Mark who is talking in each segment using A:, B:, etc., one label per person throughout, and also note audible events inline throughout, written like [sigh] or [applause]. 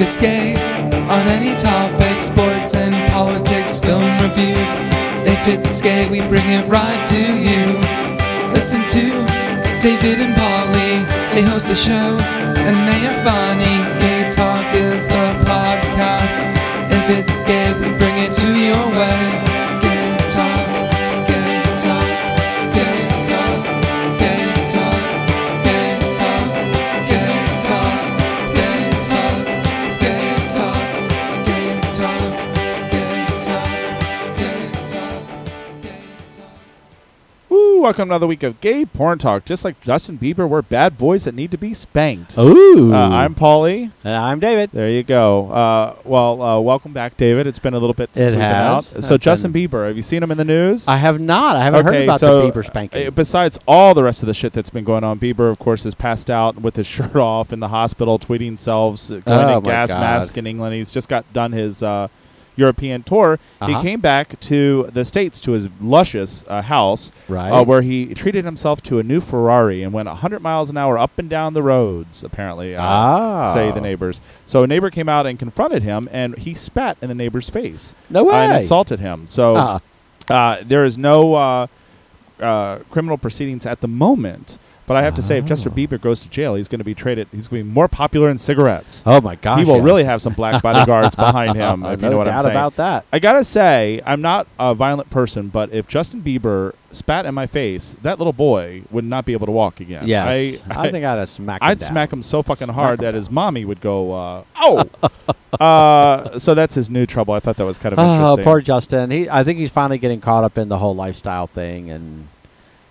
A: it's gay. On any topic, sports and politics, film reviews. If it's gay, we bring it right to you. Listen to David and Polly, they host the show, and they are funny. Gay Talk is the podcast. If it's gay, we bring it to your way. Gay Talk, Gay Talk, Gay Talk, Gay Talk, Gay Talk, Gay Talk, Gay Talk, Gay Talk, Gay Talk, Gay Talk, Gay Talk, Gay Talk.
B: Woo, welcome to another week of gay porn talk. Just like Justin Bieber, we're bad boys that need to be spanked.
C: Ooh.
B: Uh, I'm uh, Paulie.
C: And I'm David.
B: There you go. Uh, well, uh, welcome back, David. It's been a little bit since
C: It
B: we've
C: has.
B: been out. So,
C: I've
B: Justin
C: been-
B: Bieber, have you seen him in the news?
C: I have not. I haven't heard about the Bieber spanking.
B: uh, Besides all the rest of the shit that's been going on, Bieber, of course, is passed out with his [laughs] shirt off in the hospital, tweeting selves, uh, going
C: Oh,
B: in
C: my
B: gas
C: God.
B: mask in England. He's just got done his uh, European tour.
C: Uh-huh.
B: He came back to the states to his luscious uh, house,
C: Right.
B: uh, where he treated himself to a new Ferrari and went 100 miles an hour up and down the roads. Apparently, uh,
C: Ah.
B: say the neighbors. So a neighbor came out and confronted him, and he spat in the neighbor's face.
C: No
B: uh, and
C: way.
B: insulted him. So.
C: Ah.
B: Uh, there is no uh, uh, criminal proceedings at the moment, but I have to say, if
C: Oh.
B: Chester Bieber goes to jail, he's going to be traded. He's going to be more popular in cigarettes.
C: oh my gosh.
B: he will
C: yes.
B: really have some
C: [laughs]
B: black bodyguards behind him,
C: Uh,
B: if
C: no
B: you know what
C: doubt
B: I'm saying.
C: about that.
B: I gotta say, I'm not a violent person, but if Justin Bieber spat in my face, that little boy would not be able to walk again.
C: Yes.
B: I,
C: I, think I'd have smacked
B: I'd
C: him down.
B: smack him so fucking
C: Smack
B: hard
C: him
B: that
C: down.
B: his mommy would go,
C: [laughs]
B: uh, "Oh!" uh, so that's his new trouble. I thought that was kind of
C: Oh,
B: interesting.
C: poor Justin. He, I think he's finally getting caught up in the whole lifestyle thing and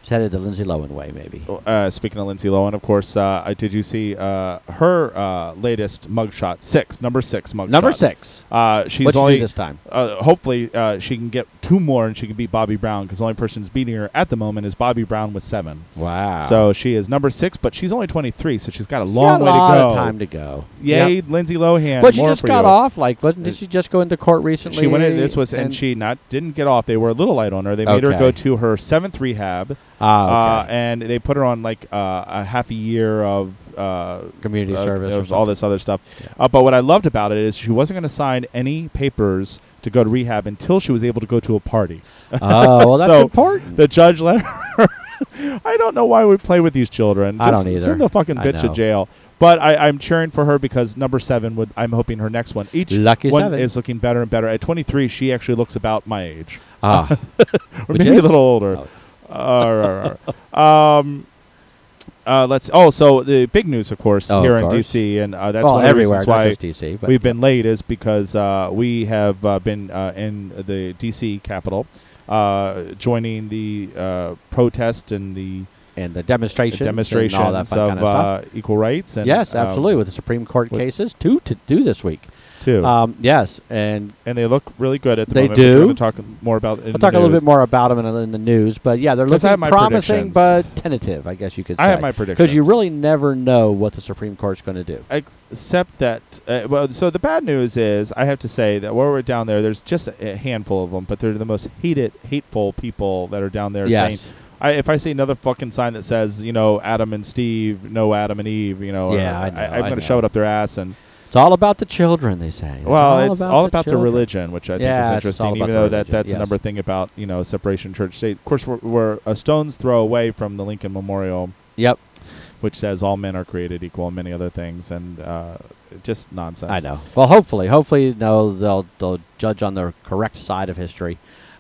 C: he's headed the Lindsay Lohan way, maybe.
B: uh, speaking of Lindsay Lohan, of course, uh, I- did you see uh, her uh, latest mugshot? Six, number six mugshot.
C: Number six.
B: Uh, she's
C: What'd you do
B: only
C: this time?
B: Uh, hopefully, uh, she can get two more, and she can beat Bobby Brown because the only person who's beating her at the moment is Bobby Brown with seven.
C: Wow.
B: So she is number six, but she's only twenty three, so she's got a
C: She's
B: long
C: got a
B: way
C: lot
B: to go.
C: Of time to go.
B: Yay,
C: Yep.
B: Lindsay Lohan!
C: But she
B: more
C: just
B: for
C: got
B: you.
C: off. Like, wasn't did she just go into court recently?
B: She went in. This was, and, she not didn't get off. They were a little light on her. They made her
C: Okay.
B: go to her seventh rehab,
C: Ah,
B: uh,
C: okay.
B: and they put her on like uh, a half a year of uh,
C: Community
B: uh,
C: service or
B: of all
C: something.
B: this other stuff. Uh, but what I loved about it is she wasn't going to sign any papers to go to rehab until she was able to go to a party.
C: [laughs] oh, well, that's
B: so- [laughs]
C: important.
B: The judge let her. [laughs] I don't know why we play with these children.
C: I
B: Just
C: don't either.
B: Send the fucking
C: I
B: bitch to
C: know.
B: jail. But I, I'm cheering for her because number seven would. I'm hoping her next one. Each
C: Lucky
B: one
C: seven.
B: is looking better and better. At 23, she actually looks about my age,
C: Ah,
B: or
C: Which
B: maybe a
C: is?
B: little older. Uh,
C: Oh.
B: Arr, arr, arr. [laughs] um, uh, let's. Oh, so the big news, of course,
C: Oh, of
B: here in
C: course.
B: DC, and uh, that's
C: well,
B: one of the
C: everywhere,
B: reasons
C: not
B: why
C: just DC. But
B: we've been late is because uh, we have uh, been uh, in the DC Capitol, uh, joining the uh, protest and the
C: and the demonstrations,
B: demonstrations
C: and all that
B: of
C: fun kind of stuff.
B: uh, equal rights. And,
C: yes,
B: um,
C: absolutely. With the Supreme Court
B: with-
C: cases, two to do this week.
B: too.
C: Um, yes, and
B: and they look really good at the
C: they
B: moment. which We're
C: do.
B: going to talk more about.
C: we'll talk a little bit more about them in, in the news. But yeah, they're
B: 'Cause I
C: looking
B: have my
C: promising,
B: predictions.
C: but tentative. I guess you could. say.
B: I have my
C: because you
B: predictions.
C: really never know what the Supreme Court's going to do.
B: Except that, uh, well, so the bad news is, I have to say that while we're down there, there's just a a handful of them, but they're the most hated, hateful people that are down there
C: Yes.
B: saying, I, if I see another fucking sign that says, you know, Adam and Steve, no Adam and Eve, you know,
C: Yeah,
B: uh,
C: I know,
B: I,
C: I
B: am going
C: know.
B: to shove it up their ass. And
C: It's all about the children, they say.
B: well, it's all about the,
C: children.
B: religion, which I think
C: Yeah,
B: is
C: it's all
B: interesting,
C: about
B: even
C: the
B: though that
C: religion,
B: that's
C: yes.
B: another thing about you know separation church state. Of course, we're, we're a stone's throw away from the Lincoln Memorial,
C: Yep,
B: which says all men are created equal and many other things, and uh, just nonsense.
C: I know. Well, hopefully, hopefully, no, they'll they'll judge on the correct side of history.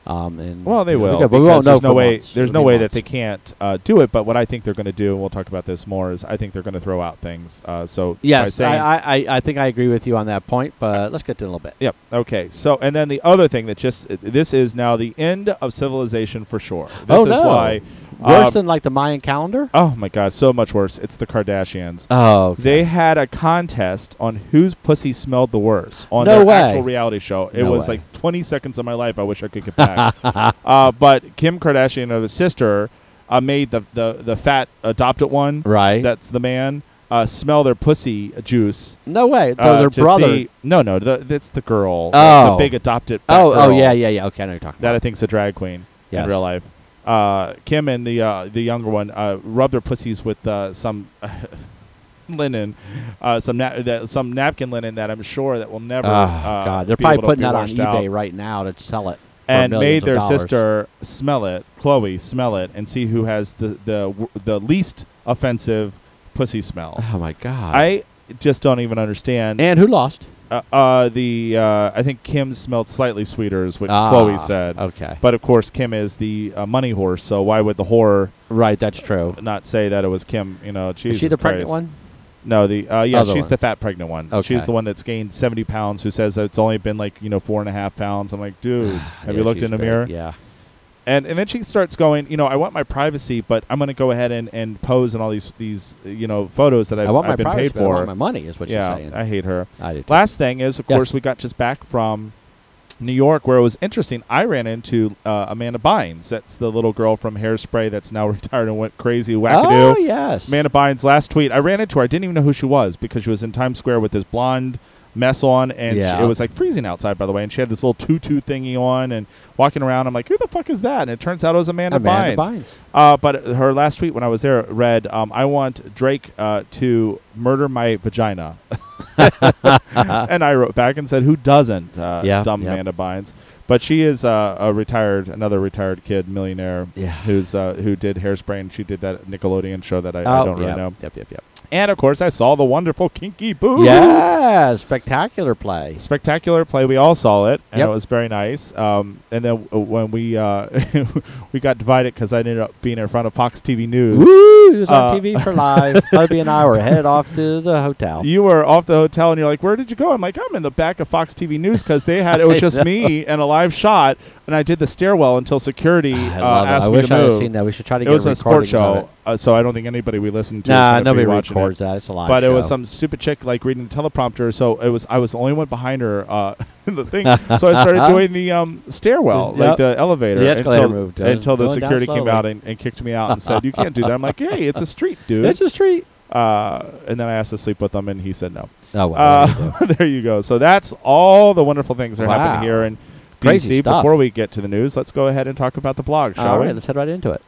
C: Um, and
B: Well, they
C: because we
B: will.
C: go- but we
B: because
C: won't know
B: there's no
C: for
B: way.
C: months.
B: There's
C: It'll
B: no
C: be
B: way that
C: months.
B: they can't uh, do it. But what I think they're going to do, and we'll talk about this more, is I think they're going to throw out things. Uh, so by
C: Yes,
B: saying-
C: I, I I- I think I agree with you on that point. But let's get to it in a little bit.
B: Yep. Okay. So, and then the other thing that just uh, this is now the end of civilization for sure. This
C: Oh,
B: is
C: no.
B: why.
C: Worse
B: um,
C: than like the Mayan calendar.
B: oh my God, so much worse. It's the Kardashians.
C: Oh, okay.
B: They had a contest on whose pussy smelled the worst on
C: No
B: their
C: way.
B: actual reality show. It
C: No
B: was
C: way.
B: like 20 seconds of my life. I wish I could get
C: [laughs]
B: back. uh, but Kim Kardashian, her sister, uh, made the, the the fat adopted one.
C: right.
B: That's the man. Uh, smell their pussy juice.
C: no way.
B: uh,
C: Though Oh, their
B: to
C: brother.
B: see- no, no, the, that's the girl.
C: Oh.
B: the big adopted. fat
C: oh, oh
B: girl
C: yeah, yeah, yeah. Okay, I know what you're talking
B: that I
C: about.
B: think's a drag queen
C: Yes.
B: in real life. Uh, Kim and the uh, the younger one uh, rubbed their pussies with uh, some [laughs] linen, uh, some na- that, some napkin linen that I'm sure that will never.
C: Ah,
B: uh,
C: God, they're
B: be
C: probably
B: able to
C: putting
B: be
C: that on
B: washed
C: eBay
B: out.
C: right now to sell it. for
B: and
C: millions
B: made
C: of
B: their
C: dollars.
B: sister smell it, Chloe smell it, and see who has the the w- the least offensive pussy smell.
C: Oh my God!
B: I just don't even understand.
C: and who lost?
B: uh, uh, the uh, I think Kim smelled slightly sweeter, is what
C: Ah,
B: Chloe said.
C: Okay,
B: But of course, Kim is the uh, money horse, so why would the whore
C: right, that's true.
B: not say that it was Kim? You know, Jesus
C: Is she the pregnant
B: Christ.
C: one?
B: No, the uh, yeah,
C: Other
B: she's
C: one.
B: the fat pregnant one.
C: Okay.
B: She's the one that's gained seventy pounds. Who says that it's only been like you know four and a half pounds? I'm like,
C: [sighs]
B: dude, have
C: Yeah,
B: you looked
C: she's
B: in a
C: big,
B: mirror?
C: Yeah.
B: and and then she starts going, you know, I want my privacy, but I'm going to go ahead and, and pose in all these these uh, you know photos that I've,
C: I want
B: I've
C: my
B: been
C: privacy,
B: paid
C: but I
B: for.
C: want my money. Is what
B: yeah,
C: you're saying.
B: I hate her.
C: I do. too.
B: Last thing is, of
C: Yes.
B: course, we got just back from New York, where it was interesting. I ran into uh, Amanda Bynes. That's the little girl from Hairspray that's now [laughs] retired and went crazy wackadoo.
C: oh yes.
B: Amanda Bynes' last tweet. I ran into her. I didn't even know who she was because she was in Times Square with this blonde mess on, and she-
C: Yeah.
B: it was like freezing outside, by the way. And she had this little tutu thingy on and walking around. I'm like, who the fuck is that? And it turns out it was Amanda,
C: Amanda
B: Bynes.
C: Bynes.
B: Uh, but her last tweet when I was there read, um, "I want Drake uh, to murder my vagina," [laughs] and I wrote back and said, "Who doesn't?" Uh,
C: Yeah,
B: dumb
C: yeah.
B: Amanda Bynes. But she is uh, a retired, another retired kid millionaire
C: Yeah.
B: who's uh, who did Hairspray, and she did that Nickelodeon show that I, I
C: Oh,
B: don't really
C: yep,
B: know.
C: Yep, yep, yep.
B: And of course, I saw the wonderful Kinky Boots.
C: Yeah, spectacular play.
B: Spectacular play. We all saw it, and
C: Yep.
B: it was very nice. Um, and then w- when we uh, [laughs] we got divided because I ended up being in front of Fox TV News.
C: Woo! It was on
B: Uh, [laughs]
C: TV for live. Hubby and I were headed off to the hotel.
B: you were off the hotel and you're like, where did you go? I'm like, I'm in the back of Fox TV News because they
C: [laughs]
B: had it was just me and a live shot, and I did the stairwell until security uh,
C: I love it.
B: asked
C: I
B: me
C: wish
B: to
C: I
B: move.
C: had seen that. We should try to
B: It
C: get
B: was a sports
C: recordings of
B: show, uh, so I don't think anybody we listened
C: it.
B: to. is
C: Nah,
B: gonna be
C: nobody
B: watching it.
C: records that. It's a live
B: But
C: show.
B: it was some stupid chick like reading the teleprompter, so it was I was the only one behind her uh, [laughs] in the
C: [laughs]
B: thing. So I started doing the um, stairwell,
C: Yep.
B: like the elevator,
C: The escalator
B: until,
C: moved, uh,
B: until the
C: going down
B: security came
C: slowly.
B: out and, and kicked me out and said, "You can't do that." I'm like, "Hey, it's a
C: [laughs]
B: street, dude."
C: It's a street.
B: uh, and then I asked to sleep with them, and he said no.
C: Oh, well.
B: [laughs] Uh, there you go. So that's all the wonderful things that are
C: Wow.
B: happening here in
C: Crazy
B: DC.
C: stuff.
B: Before we get to the news, let's go ahead and talk about the blog, shall
C: All
B: we?
C: right, let's head right into it.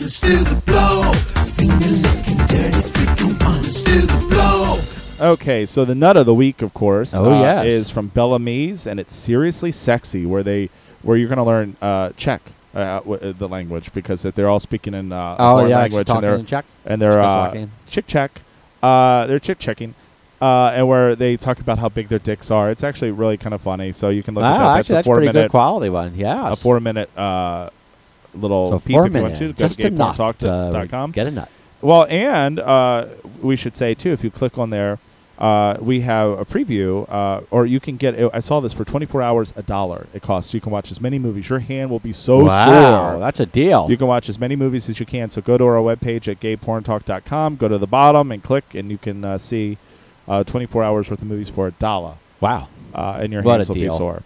D: Let's do the blog. Think you're looking dirty, freaking fun. Let's do the blog.
B: Okay, so the nut of the week, of course,
C: Oh,
B: uh,
C: yes.
B: is from Bellamy's, and it's seriously sexy, where they where you're going to learn uh, Czech. Uh, w- uh, the language because that they're all speaking in uh, a
C: Oh,
B: foreign
C: yeah, actually
B: language and
C: talking
B: they're
C: in Czech.
B: and they're uh,
C: Czechoslovakian.
B: chick check. Uh, they're chick checking, uh, and where they talk about how big their dicks are. It's actually really kind of funny. So you can look at
C: Wow,
B: that.
C: actually,
B: that's
C: that's
B: a four
C: pretty
B: minute
C: good quality one. Yeah.
B: a four minute uh, little
C: so
B: peep
C: four
B: if you want
C: minutes.
B: to. Go
C: Just
B: to
C: enough
B: gayporntalk.com.
C: to get a nut.
B: Well, and uh, we should say too, if you click on there, uh, we have a preview, uh, or you can get. I saw this for 24 hours, a dollar. It costs. You can watch as many movies. Your hand will be so
C: wow,
B: sore.
C: that's a deal.
B: Oh, You can watch as many movies as you can. So go to our webpage at gayporntalk.com. Go to the bottom and click, and you can uh, see uh, 24 hours worth of movies for a dollar,
C: wow.
B: uh, and your
C: What a
B: hands will be
C: deal.
B: sore.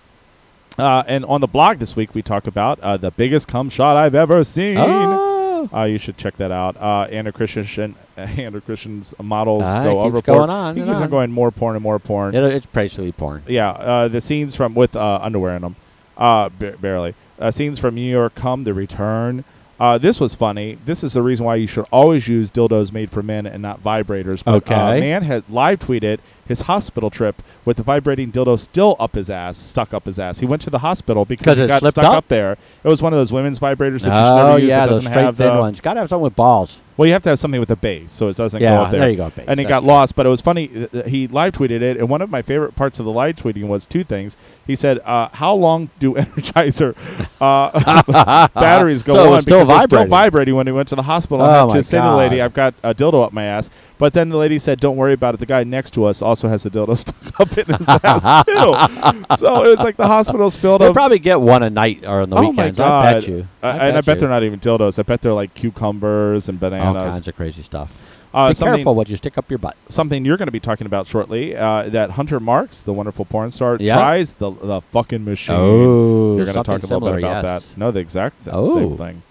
B: Uh, and on the blog this week, we talk about uh, the biggest cum shot I've ever seen.
C: Oh.
B: Uh, you should check that out. Uh, Anna Christian, [laughs] Anna Christian's models
C: Ah,
B: go
C: it keeps
B: overboard.
C: going on
B: he
C: and
B: keeps
C: on.
B: on going more porn and more porn.
C: It- it's basically porn.
B: yeah, uh, the scenes from with uh, underwear in them, uh, ba- barely. Uh, scenes from New York Come, The Return. Uh, this was funny. This is the reason why you should always use dildos made for men and not vibrators. But uh,
C: Okay.
B: a man had live tweeted his hospital trip with the vibrating dildo still up his ass, stuck up his ass. He went to the hospital because
C: 'Cause
B: it
C: it
B: got
C: slipped
B: stuck
C: up?
B: up? there. It was one of those women's vibrators that you should
C: oh
B: never use.
C: yeah,
B: that
C: those
B: doesn't
C: straight
B: have uh,
C: thin
B: the,
C: ones. Got to have something with balls.
B: well, you have to have something with a base so it doesn't
C: Yeah,
B: go up there.
C: there you go, base.
B: And it
C: That's
B: got
C: good.
B: lost, but it was funny. th- th- He live tweeted it, and one of my favorite parts of the live tweeting was two things. He said, uh, "How long do [laughs] Energizer
C: [laughs]
B: uh, batteries go
C: So it
B: on?"
C: was still
B: because they're still
C: vibrating.
B: vibrating when he went to the hospital.
C: Oh
B: I had
C: my
B: to say to the lady,
C: God.
B: "I've got a dildo up my ass," but then the lady said, "Don't worry about it. The guy next to us also has a dildo [laughs] stuck up in
C: [laughs]
B: his ass too." So it was like the hospital's filled
C: They
B: up.
C: probably get one a night or on the
B: oh my
C: weekends.
B: god!
C: I bet you.
B: I- and I bet
C: you.
B: they're not even dildos. I bet they're like cucumbers and
C: all
B: bananas.
C: kinds of crazy stuff.
B: Uh,
C: Be
B: something-
C: careful what you stick up your butt.
B: something you're going to be talking about shortly. Uh, that Hunter Marks, the wonderful porn star,
C: Yeah.
B: tries the the fucking machine.
C: Oh,
B: you're gonna
C: something
B: talk a little
C: similar,
B: bit about
C: yes.
B: that. No, the exact same,
C: Oh.
B: same thing.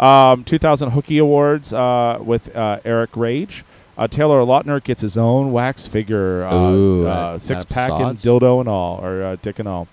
B: Um, 2000 Hookie Awards uh, with uh, Eric Rage. Uh, Taylor Lautner gets his own wax figure, uh,
C: Ooh, I-
B: uh, six pack
C: that's
B: and
C: sods.
B: dildo and all, or uh, dick and all.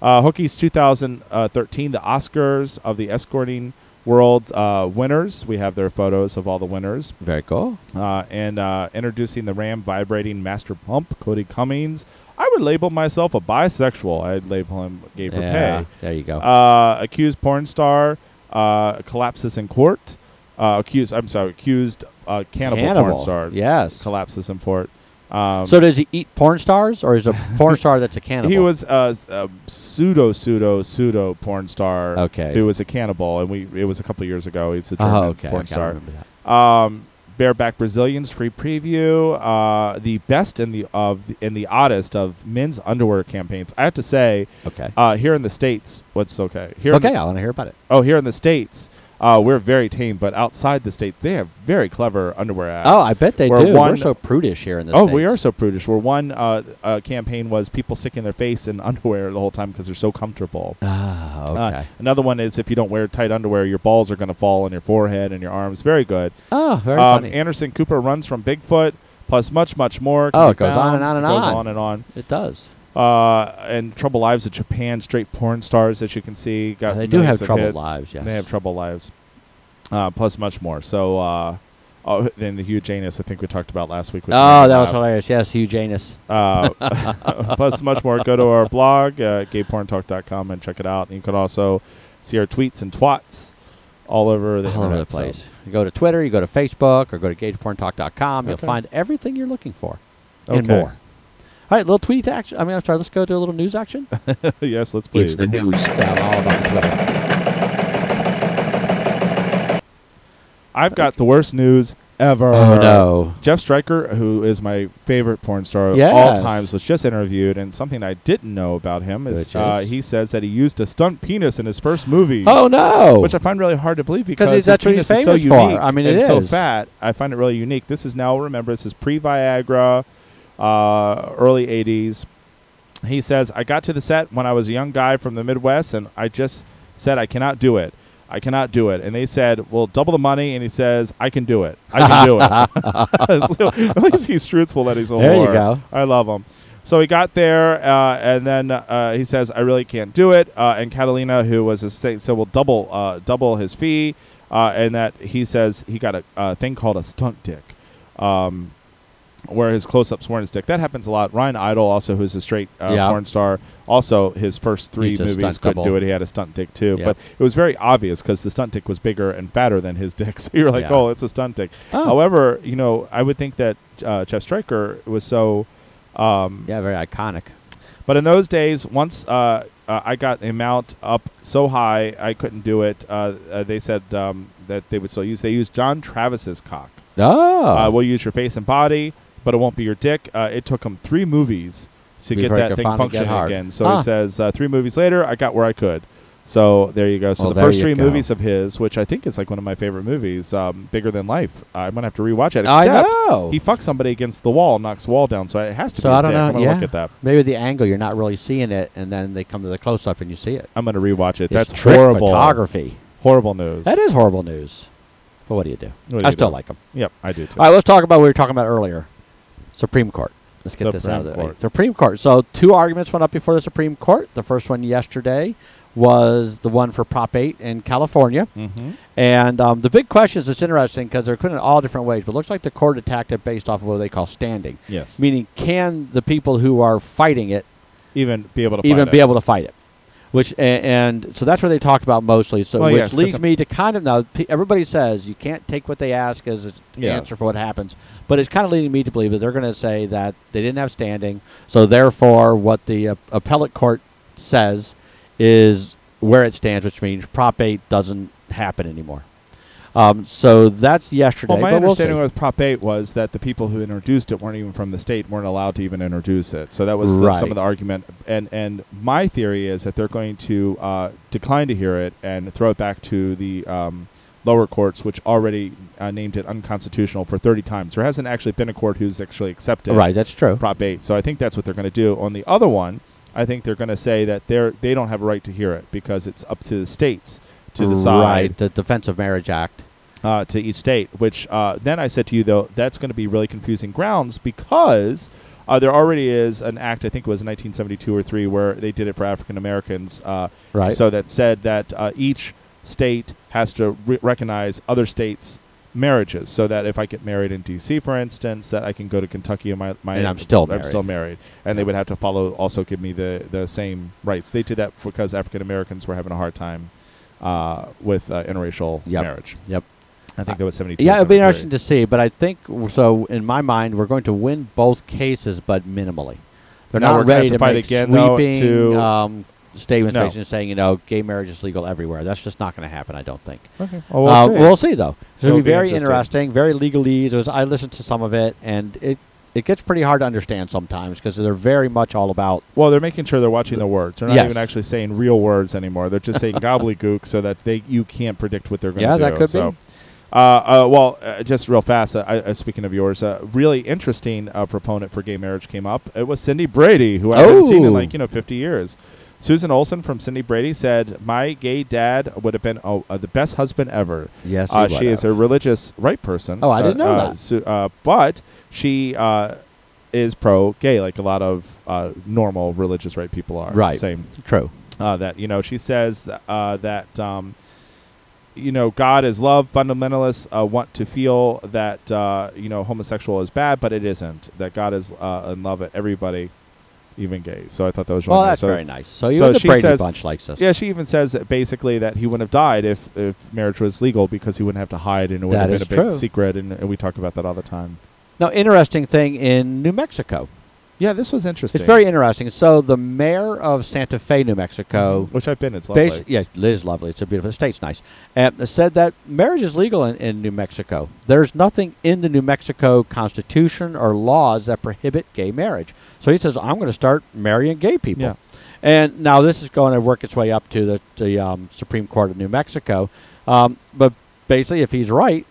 B: Uh, Hookie's 2013, the Oscars of the escorting World uh, winners. We have their photos of all the winners.
C: Very cool.
B: Uh, and uh, introducing the Ram Vibrating Master Pump, Cody Cummings. I would label myself a bisexual. I'd label him gay for
C: yeah, Oh.
B: pay.
C: There you go.
B: Uh, accused porn star uh, collapses in court. Uh, accused, I'm sorry, accused uh, cannibal, porn star
C: Yes.
B: collapses in court. Um,
C: so does he eat porn stars, or is a
B: [laughs]
C: porn star that's a cannibal?
B: He was a, a pseudo pseudo pseudo porn star.
C: Okay.
B: Who was a cannibal, and we it was a couple years ago. He's a German
C: Oh, okay.
B: porn
C: okay, I
B: star.
C: remember that.
B: Um, Bareback Brazilians free preview. Uh, the best and the of the, and the oddest of men's underwear campaigns. I have to say,
C: Okay.
B: uh, here in the states, what's okay here. in
C: okay,
B: the-
C: I want to hear about it.
B: oh, here in the states. Uh, we're very tame, but outside the states, they have very clever underwear ads.
C: Oh, I bet they
B: Where
C: do.
B: one-
C: We're so prudish here in the
B: Oh,
C: States.
B: we are so prudish. Where one uh, uh, campaign was people sticking their face in [laughs] underwear the whole time because they're so comfortable.
C: Ah,
B: Uh,
C: okay.
B: another one is if you don't wear tight underwear, your balls are going to fall on your forehead and your arms. Very good.
C: oh, very
B: Um,
C: funny.
B: Anderson Cooper runs from Bigfoot, plus much, much more. can
C: Oh,
B: be
C: it goes
B: found.
C: on and on and
B: It goes
C: on.
B: on and on.
C: it does.
B: Uh, and Trouble Lives of Japan, straight porn stars, as you can see. Got
C: They do
B: millions
C: have
B: of
C: troubled
B: hits.
C: lives, yes.
B: They have Trouble Lives, uh, plus much more. So, uh, oh, then the huge anus I think we talked about last week. which we
C: Oh,
B: don't
C: that was
B: have.
C: hilarious. Yes, Hugh Janus.
B: Uh, [laughs] plus much more. Go to our blog, uh, gayporntalk.com, and check it out. And you can also see our tweets and twats all over the
C: all over the
B: internet, so-
C: place. You go to Twitter, you go to Facebook, or go to GagePornTalk.com. You'll
B: Okay.
C: find everything you're looking for and
B: Okay.
C: more. All right, little tweet action. I mean, I'm sorry. Let's go to a little news action.
B: [laughs] [laughs] yes, let's please.
D: It's the news.
C: So I'm all about the Twitter.
B: I've got the worst news ever.
C: Oh no.
B: Jeff Stryker, who is my favorite porn star of
C: Yes.
B: all times, was just interviewed, and something I didn't know about him is,
C: Which
B: uh,
C: is?
B: he says that he used a stunt penis in his first movie.
C: Oh no.
B: Which I find really hard to believe because his
C: he's- that's what
B: penis
C: he's
B: is so
C: famous for.
B: unique
C: I mean, it
B: and so
C: is.
B: fat. I find it really unique. This is now remember this is pre Viagra, uh, early '80s. He says, "I got to the set when I was a young guy from the Midwest, and I just said I cannot do it. I cannot do it." And they said, "Well, double the money," and he says, "I can do it. I can do
C: [laughs]
B: it." So, [laughs] at least he's truthful that he's a
C: There you
B: whore.
C: go.
B: I love him. So he got there, uh, and then uh, he says, "I really can't do it." Uh, and Catalina, who was his state, so will double uh, double his fee, uh, and that he says he got a, uh thing called a stunt dick, um, where his close-ups were in his dick. That happens a lot. Ryan Idol, also who's a straight uh,
C: Yeah.
B: porn star, also his first three
C: He's a
B: movies
C: stunt
B: couldn't
C: double.
B: do it. He had a stunt dick too,
C: Yeah.
B: but it was very obvious because the stunt dick was bigger and fatter than his dick. [laughs] So you're like,
C: Yeah.
B: "Oh, it's a stunt dick."
C: Oh.
B: However, you know, I would think that uh, Jeff Stryker was so. Um,
C: yeah, very iconic.
B: but in those days, once uh, uh, I got the amount up so high, I couldn't do it. Uh, uh, they said um, that they would still use. They used John Travis's cock.
C: Oh.
B: Uh, we'll use your face and body, but it won't be your dick. Uh, it took him three movies to get
C: Before he
B: that
C: could
B: thing
C: finally get
B: functioning
C: hard.
B: again. So
C: Ah.
B: he says, uh, three movies later, I got where I could. So there you go. So
C: Well,
B: the
C: there
B: first
C: you
B: three
C: go.
B: movies of his, which I think is like one of my favorite movies, um, Bigger Than Life. I'm gonna have to rewatch it. Except
C: I know.
B: He fucks somebody against the wall, knocks the wall down. So it has to
C: so
B: be his
C: I don't
B: dick.
C: know.
B: I'm gonna
C: yeah.
B: look at that.
C: Maybe the angle you're not really seeing it, and then they come to the close up and you see it.
B: I'm gonna rewatch it.
C: It's
B: That's
C: trick
B: horrible.
C: photography.
B: Horrible news.
C: That is horrible news. But what do you do?
B: What do
C: I
B: you
C: still
B: do?
C: like them.
B: Yep, I do too.
C: All right, let's talk about what we were talking about earlier. Supreme Court. Let's get this out of the
B: Supreme
C: way.
B: Court.
C: Supreme Court. So two arguments went up before the Supreme Court. The first one yesterday was the one for Prop 8 in California.
B: mm-hmm.
C: And um, the big question is it's interesting because they're put in all different ways, but it looks like the court attacked it based off of what they call standing.
B: Yes.
C: Meaning, can the people who are fighting it
B: even be able to
C: even
B: find
C: be
B: it.
C: able to fight it. Which a- and, and so that's where they talked about mostly. So
B: Well,
C: which
B: Oh, yes, 'cause
C: leads
B: I'm-
C: me to kind of now pe- everybody says you can't take what they ask as an
B: Yeah.
C: answer for what happens, but it's kind of leading me to believe that they're going to say that they didn't have standing, so therefore what the uh, appellate court says is where it stands, which means Prop 8 doesn't happen anymore. Um, so that's yesterday.
B: Well, my
C: but we'll see.
B: understanding with Prop 8 was that the people who introduced it weren't even from the state, weren't allowed to even introduce it. So that was the, some
C: Right.
B: of the argument. And and my theory is that they're going to uh, decline to hear it and throw it back to the um, lower courts, which already uh, named it unconstitutional for 30 times. There hasn't actually been a court who's actually accepted
C: right, that's true.
B: Prop 8. So I think that's what they're going to do. On the other one, I think they're going to say that they're they don't have a right to hear it because it's up to the states to decide
C: Right, the Defense of Marriage Act.
B: uh, to each state. Which uh, then I said to you though, that's going to be really confusing grounds because uh, there already is an act. I think it was 1972 or three where they did it for African Americans. Uh,
C: Right.
B: So that said that uh, each state has to re- recognize other states' marriages, so that if I get married in D.C., for instance, that I can go to Kentucky and my, my
C: And I'm still
B: I'm
C: married.
B: still married, and they would have to follow also give me the the same rights. They did that because African Americans were having a hard time uh, with uh, interracial
C: Yep.
B: marriage.
C: Yep.
B: I think that was seventy two.
C: Yeah, it'd be interesting to see, but I think w- so. In my mind, we're going to win both cases, but minimally. They're
B: No,
C: not
B: we're gonna have
C: ready
B: to
C: to,
B: fight
C: make
B: again, though,
C: sweeping
B: to-
C: um, statements
B: No.
C: basically saying you know gay marriage is legal everywhere. That's just not going to happen. I don't think.
B: Okay. Oh, Well, we'll
C: Uh,
B: see.
C: We'll see though. So
B: It'll
C: it'll be,
B: be
C: very
B: interesting.
C: interesting, very legalese. It was, I listened to some of it, and it it gets pretty hard to understand sometimes because they're very much all about
B: Well, they're making sure they're watching the words. They're not
C: Yes.
B: even actually saying real words anymore. They're
C: [laughs]
B: just saying gobbledygook so that they you can't predict what they're going to
C: Yeah,
B: do.
C: that could be.
B: so. Uh, uh, well, uh, just real fast. Uh, I, uh, speaking of yours, uh, really interesting uh, proponent for gay marriage came up. It was Cindy Brady, who I haven't seen in
C: Oh.
B: like you know fifty years. Susan Olson from Cindy Brady said, "My gay dad would have been oh, uh, the best husband ever.
C: yes.
B: Uh,
C: he
B: she
C: would
B: is
C: have.
B: a religious right person.
C: Oh, I didn't
B: Uh,
C: know
B: uh,
C: that.
B: su- uh, but she uh, is pro-gay, like a lot of uh, normal religious right people are.
C: Right.
B: Same.
C: true.
B: Uh, that you know, she says uh, that um, you know God is love. Fundamentalists uh, want to feel that uh, you know homosexual is bad, but it isn't. That God is uh, in love at everybody, even gays. So I thought that was really
C: Well,
B: nice.
C: that's
B: So-
C: very nice. So you
B: so
C: and the
B: she
C: Brady
B: says-
C: bunch likes us.
B: yeah, she even says that basically that he wouldn't have died if, if marriage was legal because he wouldn't have to hide and it would have
C: That
B: been
C: is
B: a big
C: true.
B: secret. And, and we talk about that all the time.
C: Now, interesting thing in New Mexico.
B: Yeah, this was interesting.
C: It's very interesting. So the mayor of Santa Fe, New Mexico,
B: which I've been. It's Mm-hmm. lovely.
C: basi- yeah, it is lovely. It's a beautiful the state's nice. Uh, said that marriage is legal in, in New Mexico. There's nothing in the New Mexico Constitution or laws that prohibit gay marriage. So he says, I'm going to start marrying gay people.
B: Yeah.
C: And now this is going to work its way up to the, the um, Supreme Court of New Mexico. Um, but basically, if he's right,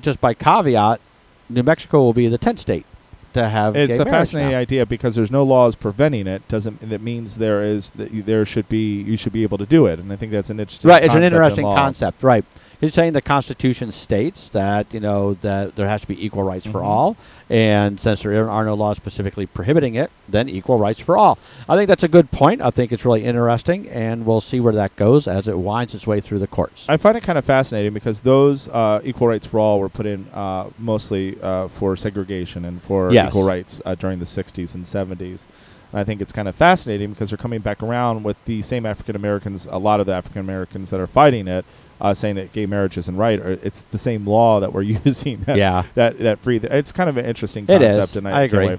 C: just by caveat, New Mexico will be the 10th state to have
B: It's
C: gay
B: a
C: marriage
B: fascinating
C: now.
B: idea because there's no laws preventing it. Doesn't that means there is that you- there should be you should be able to do it? And I think that's an interesting
C: right it's an
B: concept in
C: interesting
B: law.
C: concept right he's saying the constitution states that you know that there has to be equal rights for
B: Mhm.
C: all and since there are no laws specifically prohibiting it then equal rights for all i think that's a good point i think it's really interesting and we'll see where that goes as it winds its way through the courts
B: I find it kind of fascinating because those uh, equal rights for all were put in uh, mostly uh, for segregation and for
C: Yes.
B: equal rights uh, during the 60s and 70s. And I think it's kind of fascinating because they're coming back around with the same African Americans, a lot of the African Americans that are fighting it, uh, saying that gay marriage isn't right. Or it's the same law that we're [laughs] using. That,
C: Yeah.
B: That, that free. It's kind of an interesting
C: It is.
B: concept. And I,
C: I
B: can't
C: agree.
B: wait.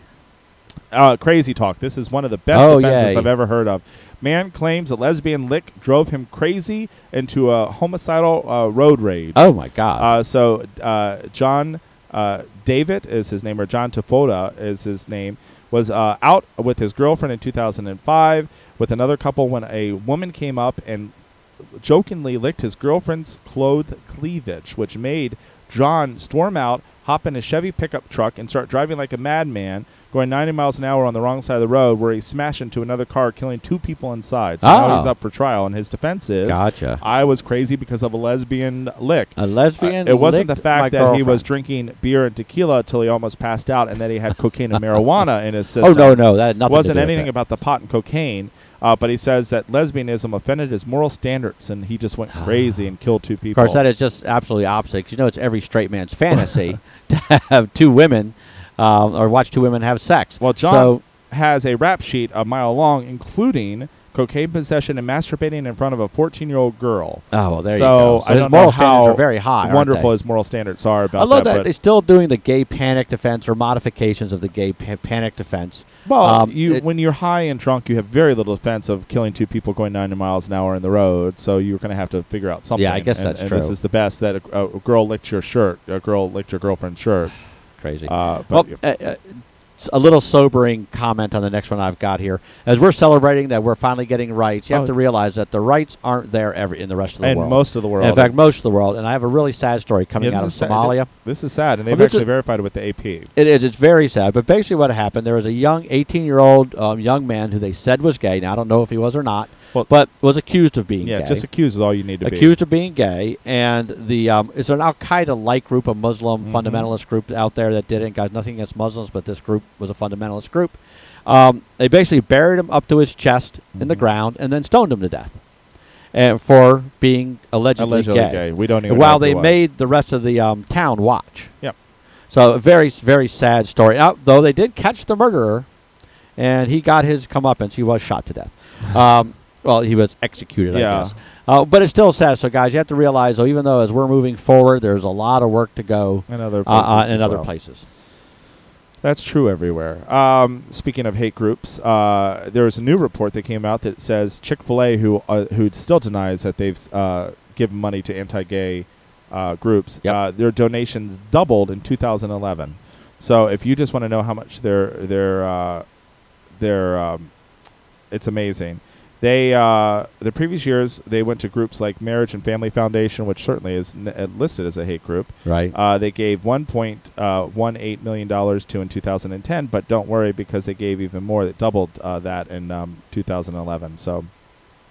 B: Uh, crazy talk. This is one of the best
C: Oh,
B: offenses
C: yay.
B: I've ever heard of. Man claims a lesbian lick drove him crazy into a homicidal uh, road rage.
C: oh my god
B: Uh, so uh, John uh, David is his name, or John Tafoda is his name, was uh, out with his girlfriend in 2005 with another couple when a woman came up and jokingly licked his girlfriend's clothed cleavage, which made John storm out, hop in a Chevy pickup truck, and start driving like a madman, going 90 miles an hour on the wrong side of the road, where he smashed into another car, killing two people inside. So now
C: Oh.
B: he's up for trial, and his defense is,
C: gotcha
B: "I was crazy because of a lesbian lick."
C: a
B: Uh,
C: lesbian
B: it wasn't the
C: licked my
B: fact that he was
C: girlfriend.
B: drinking beer and tequila till he almost passed out, and that he had cocaine and marijuana in his
C: [laughs] oh
B: system.
C: no no that had nothing to
B: wasn't
C: do with
B: anything
C: it.
B: about the pot and cocaine. Uh, but he says that lesbianism offended his moral standards, and he just
C: [sighs]
B: went crazy and killed two
C: Of
B: people.
C: course, that is just absolutely opposite. 'cause you know, it's every
B: [laughs]
C: straight man's fantasy to have two women um, or watch two women have sex.
B: Well, John
C: So,
B: has a rap sheet a mile long, including cocaine possession and masturbating in front of a 14 year old girl.
C: oh, well,
B: so
C: there you go. So
B: I
C: his
B: don't
C: moral
B: know
C: standards
B: how
C: are very high. aren't
B: Wonderful
C: they?
B: his moral standards are about
C: I love that,
B: but-
C: they're still doing the gay panic defense or modifications of the gay pa- panic defense.
B: Well,
C: Um,
B: you
C: it-
B: when you're high and drunk, you have very little defense of killing two people going 90 miles an hour in the road. So you're going to have to figure out something.
C: Yeah, I guess
B: and,
C: that's
B: and
C: true.
B: This is the best that a, a- a girl licked your shirt. A girl licked your girlfriend's shirt.
C: Crazy.
B: Uh,
C: Well,
B: but
C: uh, uh, s- a little sobering comment on the next one I've got here. As we're celebrating that we're finally getting rights, you
B: Oh.
C: have to realize that the rights aren't there every in the rest of the
B: and
C: world.
B: most of the world,
C: In fact, most of the world. And I have a really sad story
B: Yeah,
C: coming
B: this
C: out of
B: is sad.
C: Somalia.
B: This is sad, and they've
C: Well, this
B: actually
C: is-
B: verified it with the AP.
C: It is. It's very sad. But basically, what happened there was a young 18 year old um, young man who they said was gay. Now, I don't know if he was or not,
B: Well-
C: but was accused of being
B: Yeah,
C: gay.
B: just accused is all you need to
C: accused of being gay. And the um, it's an Al Qaeda like group, a Muslim
B: Mhm.
C: fundamentalist group out there that did it. Guys, nothing against Muslims, but this group was a fundamentalist group. Um, they basically buried him up to his chest in the
B: Mhm.
C: ground and then stoned him to death. and for being allegedly,
B: Allegedly gay. We don't even know
C: While
B: if he
C: they
B: was.
C: made the rest of the um, town watch.
B: Yep.
C: So a very very sad story. Uh, though they did catch the murderer, and he got his comeuppance. He was shot
B: [laughs]
C: to death. Um, well, he was executed.
B: Yeah.
C: I guess. Uh, but it's still sad. So guys, you have to realize though, even though as we're moving forward, there's a lot of work to go
B: In other
C: uh, uh,
B: places
C: in
B: as
C: other
B: well.
C: places.
B: That's true everywhere. Um, speaking of hate groups, uh, there was a new report that came out that says Chick Fil A, who uh, who still denies that they've uh, given money to anti-gay uh, groups,
C: Yep.
B: uh, their donations doubled in 2011. So if you just want to know how much their their uh, their um, it's amazing. They uh, the previous years they went to groups like Marriage and Family Foundation, which certainly is n- uh, listed as a hate group.
C: Right.
B: Uh, they gave 1.18 million dollars to in 2010, but don't worry because they gave even more. That doubled uh, that in um, 2011. So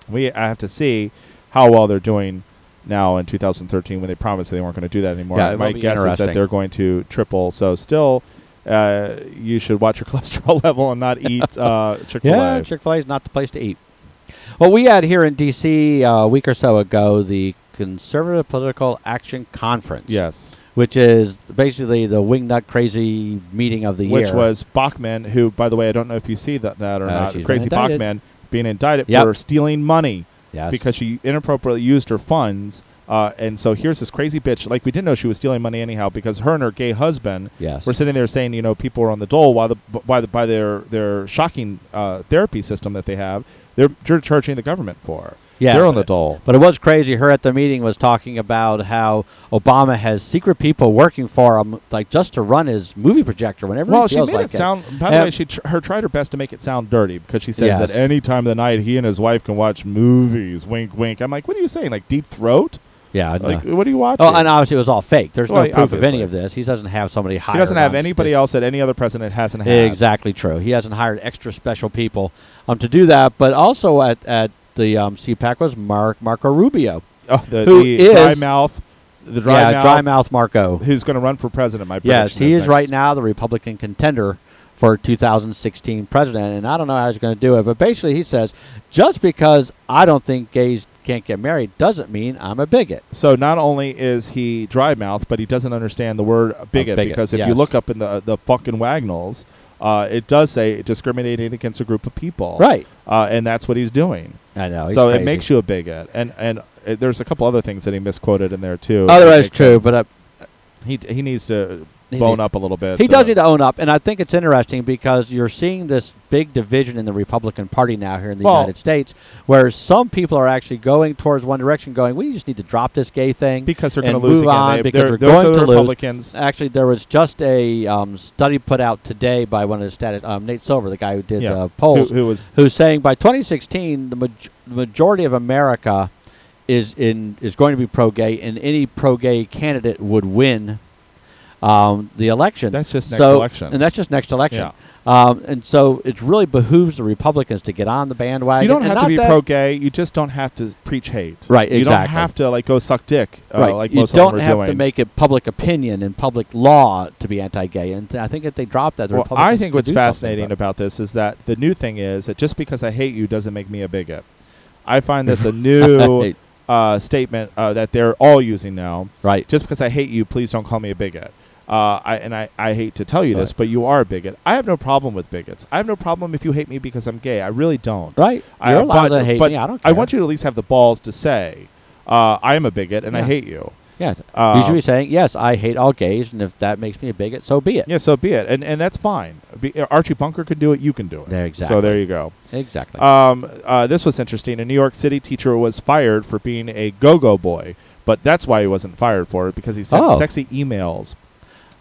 B: we I have to see how well they're doing now in 2013 when they promised they weren't going to do that anymore.
C: Yeah, it
B: My
C: will be
B: guess is that
C: interesting.
B: they're going to triple. So still, uh, you should watch your [laughs] cholesterol level and not
C: [laughs]
B: eat uh, Chick Fil
C: Yeah,
B: A.
C: Chick Fil A is not the place to eat. Well, we had here in D.C. Uh, a week or so ago the Conservative Political Action Conference.
B: yes,
C: which is basically the wingnut crazy meeting of the year,
B: which was Bachman, who by the way I don't know if you see that, that or
C: Uh,
B: not.
C: she's
B: Crazy
C: been indicted.
B: Bachman being indicted
C: Yep.
B: for stealing money.
C: yes.
B: because she inappropriately used her funds. Uh, and so here's this crazy bitch. Like we didn't know she was stealing money anyhow because her and her gay husband
C: Yes.
B: were sitting there saying, you know, people are on the dole while the by the by their their shocking uh, therapy system that they have, they're, they're charging the government for.
C: Yeah,
B: they're on the
C: but-
B: dole.
C: But it was crazy. Her at the meeting was talking about how Obama has secret people working for him, like just to run his movie projector whenever
B: Well,
C: he
B: she
C: feels
B: made
C: like
B: it sound. By the
C: Um,
B: way, she tr- her tried her best to make it sound dirty because she says that
C: Yes.
B: any time of the night he and his wife can watch movies. Wink, wink. I'm like, what are you saying? Like deep throat?
C: Yeah. no.
B: Like what are you watching?
C: oh, and obviously it was all fake. There's
B: Well,
C: no proof of
B: obviously.
C: any of this. He doesn't have somebody hired.
B: he doesn't have
C: on
B: anybody
C: spec-
B: else that any other president hasn't had.
C: Exactly true. He hasn't hired extra special people um, to do that. But also at at the um, CPAC was Mark Marco Rubio.
B: Oh, the,
C: Who
B: the dry
C: is-
B: mouth, the dry,
C: yeah,
B: mouth,
C: dry mouth Marco.
B: Who's going to run for president? My
C: Yes,
B: prediction
C: he is
B: next.
C: right now the Republican contender for 2016 president, and I don't know how he's going to do it. But basically, he says just because I don't think gays can't get married doesn't mean I'm a bigot.
B: So not only is he dry mouth, but he doesn't understand the word bigot,
C: bigot,
B: because if you
C: yes.
B: look up in the the fucking Wagnalls, uh, it does say discriminating against a group of people,
C: Right.
B: Uh, and that's what he's doing.
C: I know. Oh, he's
B: so it
C: crazy.
B: makes you a bigot, and and uh, there's a couple other things that he misquoted in there too.
C: Oh,
B: that
C: that is
B: makes
C: true,
B: him-
C: but uh,
B: he he needs to
C: He
B: bone
C: needs-
B: up a little bit.
C: he does
B: uh,
C: need to own up, and I think it's interesting because you're seeing this big division in the Republican Party now here in the
B: Well-
C: United States, where some people are actually going towards one direction, going, "We just need to drop this gay thing
B: because they're
C: and
B: going to lose
C: move
B: again.
C: on
B: They-
C: because
B: they're-
C: we're
B: those
C: going
B: are the
C: to lose."
B: Republicans.
C: Actually, there was just a um, study put out today by one of the stati- um, Nate Silver, the guy who did
B: yeah,
C: the uh, polls,
B: who, who was
C: who's saying by 2016 the maj- the majority of America is in is going to be pro-gay, and any pro-gay candidate would win um, the election.
B: That's just next
C: So-
B: election.
C: and that's just next election. Um, and so it really behooves the Republicans to get on the bandwagon.
B: You don't
C: and
B: have
C: not
B: to be
C: that-
B: pro-gay. You just don't have to preach hate.
C: Right,
B: You don't
C: exactly.
B: have to like go suck dick. Uh,
C: right.
B: Like
C: you
B: most
C: don't
B: of them are
C: have
B: doing.
C: to make it public opinion and public law to be anti-gay. And I think if they drop that, the
B: well,
C: Republicans
B: I think
C: can
B: what's
C: do something
B: fascinating
C: about it.
B: about this is that the new thing is that just because I hate you doesn't make me a bigot. I find this
C: [laughs]
B: a new
C: Right.
B: uh, statement uh, that they're all using now.
C: Right.
B: Just because I hate you, please don't call me a bigot. Uh, I, and I, I hate to tell you this,
C: Right.
B: but you are a bigot. I have no problem with bigots. I have no problem if you hate me because I'm gay. I really don't.
C: Right.
B: I-
C: You're allowed
B: but-
C: to hate
B: but
C: me. I don't care.
B: want you to at least have the balls to say, uh, I am a bigot and I
C: Yeah.
B: hate you.
C: Yeah.
B: Uh,
C: you should be saying, yes, I hate all gays, and if that makes me a bigot, so be it.
B: Yeah, so be it. And and that's fine. Be, Archie Bunker can do it. You can do it.
C: There,
B: So
C: exactly.
B: there you go.
C: Exactly.
B: Um, uh, this was interesting. A New York City teacher was fired for being a go-go boy, but that's why he wasn't fired for it because he sent
C: Oh.
B: sexy emails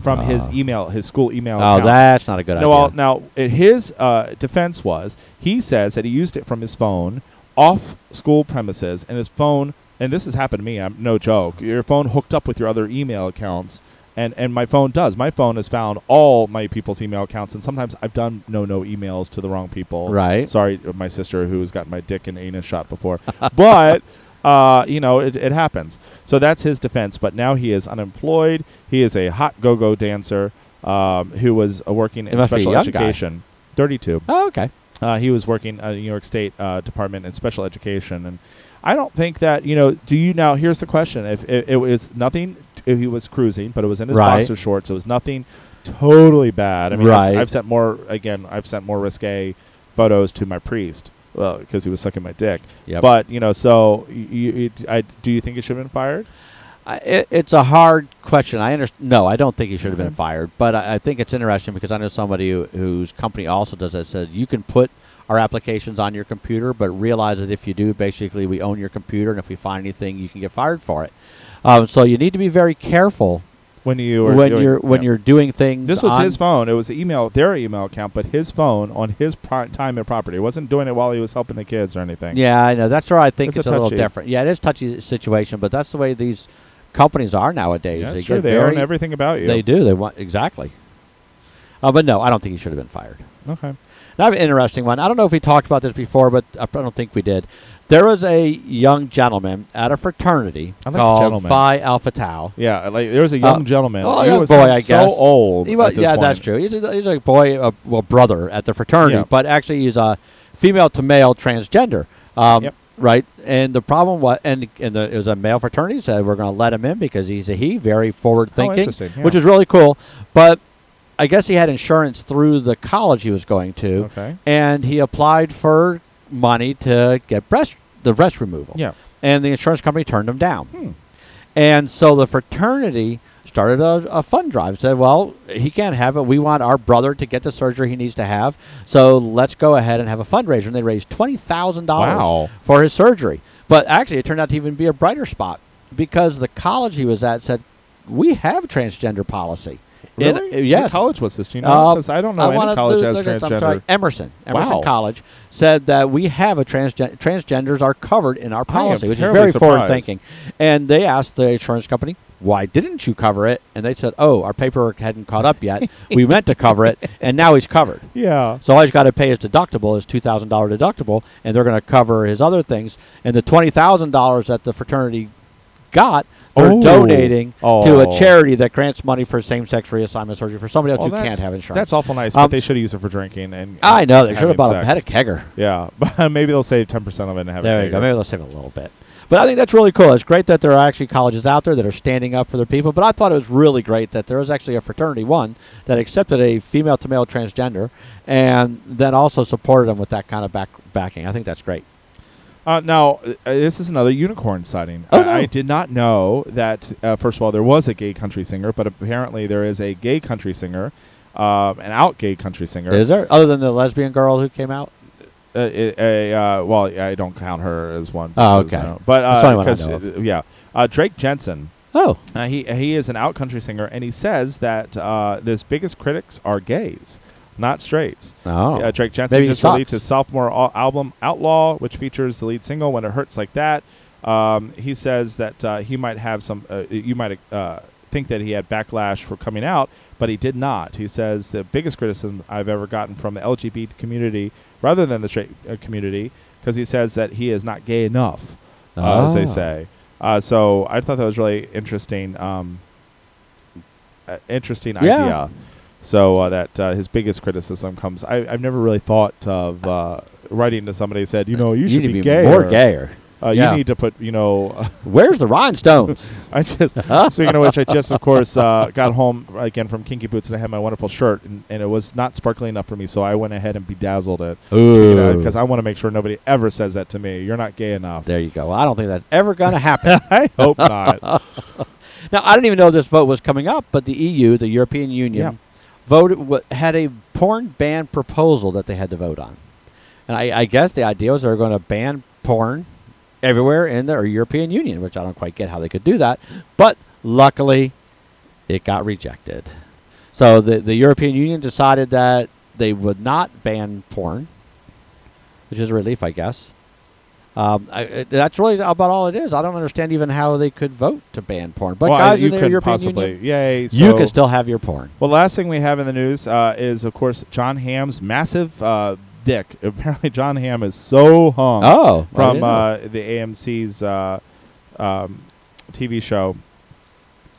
B: from his
C: Ah.
B: email, his school email.
C: oh,
B: account.
C: that's not a good
B: No, well,
C: idea.
B: now uh, his uh, defense was he says that he used it from his phone off school premises, and his phone. And this has happened to me. I'm no joke. Your phone hooked up with your other email accounts, and and my phone does. My phone has found all my people's email accounts, and sometimes I've done no no emails to the wrong people.
C: Right.
B: Sorry, uh, my sister who's got my dick and anus shot before, [laughs] but. Uh, you know, it, it happens. So that's his defense. But now he is unemployed. He is a hot go-go dancer um, who was uh, working
C: He
B: in
C: must be a
B: special
C: young guy.
B: education. 32.
C: Oh, okay.
B: Uh, he was working at the New York State uh, Department in Special Education, and I don't think that you know. Do you now? Here's the question: If it, it was nothing, if he was cruising, but it was in his
C: Right.
B: boxer shorts. It was nothing totally bad. I mean, I've,
C: Right.
B: I've sent more again. I've sent more risque photos to my priest because he was sucking my dick.
C: Yep.
B: But you know, so y you, I, do you think it should have been fired?
C: I, it, it's a hard question. I understand. No, I don't think he should have been
B: Okay.
C: fired, but I, I think it's interesting because I know somebody who, whose company also does that. Says you can put our applications on your computer, but realize that if you do, basically we own your computer, and if we find anything, you can get fired for it. Um, so you need to be very careful
B: When you were
C: when
B: doing-
C: you're when
B: yeah.
C: you're doing things.
B: This was
C: on-
B: his phone. It was the email, their email account, but his phone on his pri- time and property. He wasn't doing it while he was helping the kids or anything.
C: Yeah, I know. That's where I think
B: It's
C: it's,
B: a
C: a, little
B: touchy-
C: different. Yeah, it is touchy situation, but that's the way these companies are nowadays.
B: Yeah,
C: they
B: sure.
C: get
B: They
C: very,
B: own everything about you.
C: They do. They want exactly. Uh, but no, I don't think he should have been fired.
B: Okay.
C: Now, I have an interesting one. I don't know if we talked about this before, but I don't think we did. There was a young gentleman at a fraternity
B: I like the
C: called
B: gentleman.
C: Phi Alpha Tau.
B: Yeah, like there was a young
C: Uh,
B: gentleman.
C: oh,
B: he
C: yeah,
B: was
C: boy, I
B: so
C: guess.
B: old.
C: He wa-
B: at this
C: yeah,
B: point.
C: that's true. He's a, he's a boy, a, well, brother at the fraternity,
B: Yeah.
C: but actually he's a female to male transgender. Um,
B: Yep.
C: Right, and the problem was, and and the, it was a male fraternity said we're going to let him in because he's a he, very forward thinking,
B: Oh, interesting, yeah.
C: which is really cool. But I guess he had insurance through the college he was going to,
B: Okay.
C: and he applied for money to get breast the breast removal.
B: Yeah.
C: and the insurance company turned him down.
B: Hmm.
C: And so the fraternity started a, a fund drive. Said, well, he can't have it. We want our brother to get the surgery he needs to have. So let's go ahead and have a fundraiser. And they raised $20,000
B: Wow.
C: for his surgery. But actually, it turned out to even be a brighter spot because the college he was at said, we have transgender policy. In-
B: Really?
C: uh, yes.
B: What college was this? Do you know?
C: Uh,
B: 'Cause I don't know
C: wanna
B: any college
C: look-
B: has
C: look at- I'm sorry,
B: transgender.
C: Emerson, Emerson
B: Wow.
C: College said that we have a transgen- transgenders are covered in our policy, which is
B: terribly
C: very
B: surprised.
C: forward thinking. And they asked the insurance company, "Why didn't you cover it?" And they said, "Oh, our paperwork hadn't caught up
B: [laughs]
C: yet. we meant to cover it, and now he's covered."
B: Yeah.
C: So all he's got to pay his deductible is two thousand dollar deductible, and they're going to cover his other things. And the twenty thousand dollars that the fraternity got, they're
B: Oh.
C: donating to
B: Oh.
C: a charity that grants money for same sex reassignment surgery for somebody else
B: Well,
C: who can't
B: that's-
C: have insurance.
B: That's awful nice, but
C: Um,
B: they should have used it for drinking and.
C: I know they should
B: having
C: have bought
B: sex.
C: a had a kegger.
B: Yeah, [laughs] but maybe they'll save ten percent of it and have
C: There
B: it.
C: you go. Maybe they'll save a little bit. But I think that's really cool. It's great that there are actually colleges out there that are standing up for their people. But I thought it was really great that there was actually a fraternity one that accepted a female to male transgender and then also supported them with that kind of back backing. I think that's great.
B: Uh, now, uh, this is another unicorn sighting.
C: Oh,
B: I,
C: no.
B: I did not know that, uh, first of all, there was a gay country singer, but apparently there is a gay country singer, um, an out gay country singer.
C: Is there other than the lesbian girl who came out?
B: Uh, a, a, uh, well, I don't count her as one.
C: Oh,
B: because,
C: okay.
B: you know, But,
C: That's the only
B: uh,
C: one I
B: because,
C: know of.
B: uh, yeah. Uh, Drake Jensen.
C: Oh,
B: Uh, he he is an out country singer, and he says that uh, his biggest critics are gays, not straights.
C: Oh.
B: Uh, Drake Jensen
C: Maybe he
B: just released
C: sucks.
B: his sophomore al- album Outlaw, which features the lead single "When It Hurts Like That." Um, he says that uh, he might have some. Uh, you might uh, think that he had backlash for coming out, but he did not. He says the biggest criticism I've ever gotten from the LGBT community, rather than the straight uh, community, because he says that he is not gay enough, uh, as
C: Ah.
B: they say. Uh, so I thought that was really interesting. Um, uh, interesting
C: Yeah.
B: idea. So uh, that uh, his biggest criticism comes. I, I've never really thought of uh, writing to somebody who said, you know, you, should
C: need
B: be
C: to
B: gay.
C: more gayer.
B: Uh,
C: Yeah.
B: You need to put, you know. [laughs]
C: Where's the rhinestones?
B: I
C: [laughs]
B: just speaking of which, I just of course uh, got home again from Kinky Boots and I had my wonderful shirt and, and it was not sparkly enough for me, so I went ahead and bedazzled it
C: Ooh.
B: because I want to make sure nobody ever says that to me. You're not gay enough.
C: there you go. I don't think that's ever going to happen.
B: I hope not.
C: Now, I didn't even know this vote was coming up, but the EU, the European Union,
B: Yeah.
C: voted w- had a porn ban proposal that they had to vote on, and I, I guess the idea was they were going to ban porn everywhere in the European Union, which I don't quite get how they could do that, but luckily, it got rejected. So the the European Union decided that they would not ban porn, which is a relief, I guess. Um, I, it- that's really about all it is. I don't understand even how they could vote to ban porn. [laughs] But
B: Well, I-
C: guys
B: you
C: in the
B: couldn't
C: European
B: possibly.
C: Union,
B: Yay!
C: you
B: so-
C: can still have your porn.
B: Well, last thing we have in the news uh, is, of course, John Hamm's massive uh, dick. [laughs] Apparently, John Hamm is so hung
C: Oh, I
B: from
C: didn't know.
B: uh, the AMC's uh, um, TV show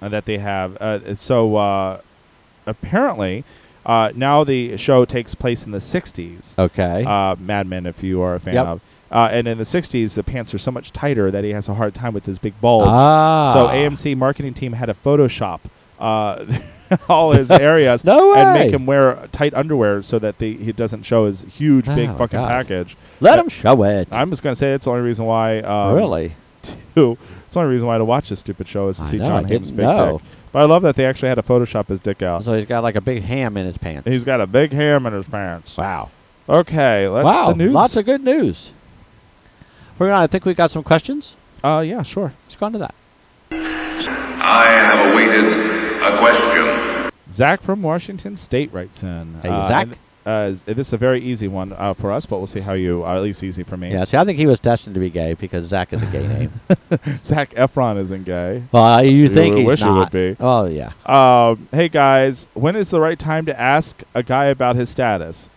B: uh, that they have. Uh, it's so uh, apparently, Uh, now the show takes place in the 60s.
C: Okay.
B: Uh, Mad Men, if you are a fan
C: Eh? Yep.
B: of. Uh, and in the 60s, the pants are so much tighter that he has a hard time with his big bulge.
C: Ah.
B: So AMC marketing team had to Photoshop uh, [laughs] all
C: [laughs]
B: his areas
C: No
B: and
C: way.
B: make him wear tight underwear so that the, he doesn't show his huge, big
C: Oh,
B: fucking
C: God.
B: package.
C: Let
B: Uh,
C: him show it.
B: I'm just going to say it's the only reason why. Um,
C: really?
B: to. [laughs] It's the only reason why to watch this stupid show is to
C: I
B: see
C: know,
B: John
C: I
B: Hamm's
C: didn't
B: big
C: know.
B: dick. But I love that they actually had to Photoshop his dick out.
C: So he's got like a big ham in his pants.
B: He's got a big ham in his pants.
C: wow.
B: Okay, that's
C: wow.
B: the news.
C: Lots of good news. We're gonna. I think we got some questions.
B: uh, yeah, sure.
C: Let's go on to that.
E: I have awaited a question.
B: Zach from Washington State writes in.
C: Hey,
B: Uh,
C: Zach.
B: and, Uh, this is a very easy one uh, for us, but we'll see how you. Uh, at least easy for me.
C: Yeah. See, I think he was destined to be gay because Zach is a gay name.
B: [laughs] Zach Efron isn't gay.
C: Well, uh, you think
B: would
C: he's
B: wish it would
C: not.
B: be.
C: Oh yeah.
B: Um, hey guys, when is the right time to ask a guy about his status?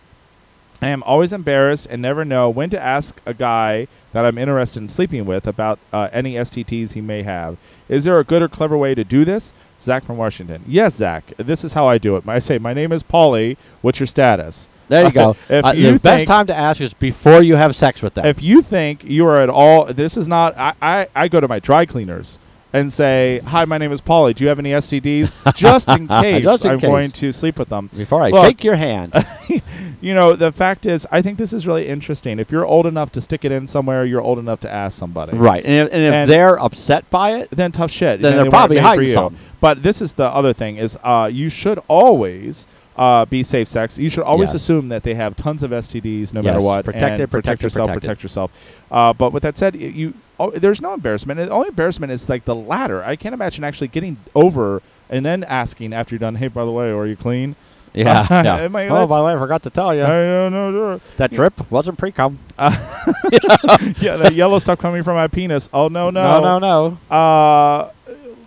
B: I am always embarrassed and never know when to ask a guy that I'm interested in sleeping with about uh, any STTs he may have. Is there a good or clever way to do this? Zach from Washington. Yes, Zach. This is how I do it. I say, my name is Paulie. What's your status?
C: There you go.
B: [laughs] if
C: Uh,
B: you
C: the best
B: think-
C: time to ask is before you have sex with them.
B: If you think you are at all, this is not. I, I, I go to my dry cleaners and say, "Hi, my name is Polly. Do you have any
C: [laughs]
B: STDs?" Just in case
C: Just in
B: I'm
C: case.
B: going to sleep with them.
C: before I
B: Look,
C: shake your hand.
B: [laughs] you know, the fact is, I think this is really interesting. If you're old enough to stick it in somewhere, you're old enough to ask somebody.
C: right. And if, and if
B: And-
C: they're [laughs] upset by
B: [laughs]
C: it,
B: Then tough shit.
C: Then
B: they
C: they're
B: weren't
C: probably
B: made for
C: hiding
B: you.
C: something.
B: But this is the other thing: is uh, you should always. Uh, be safe sex. You should always
C: Yes.
B: assume that they have tons of STDs, no matter
C: Yes.
B: what.
C: Protect
B: and
C: it, protect it,
B: yourself.
C: protect it.
B: protect yourself. Uh, but with that said, y- you oh, there's no embarrassment. The only embarrassment is like the latter. I can't imagine actually getting over and then asking after you're done. Hey, by the way, are you clean?
C: yeah. yeah.
B: Am I-
C: oh,
B: that's-
C: by the way, I forgot to tell you
B: I don't know.
C: that drip wasn't pre-cum.
B: [laughs] yeah, that yellow stuff coming from my penis. Oh no, no,
C: no, no, no.
B: Uh,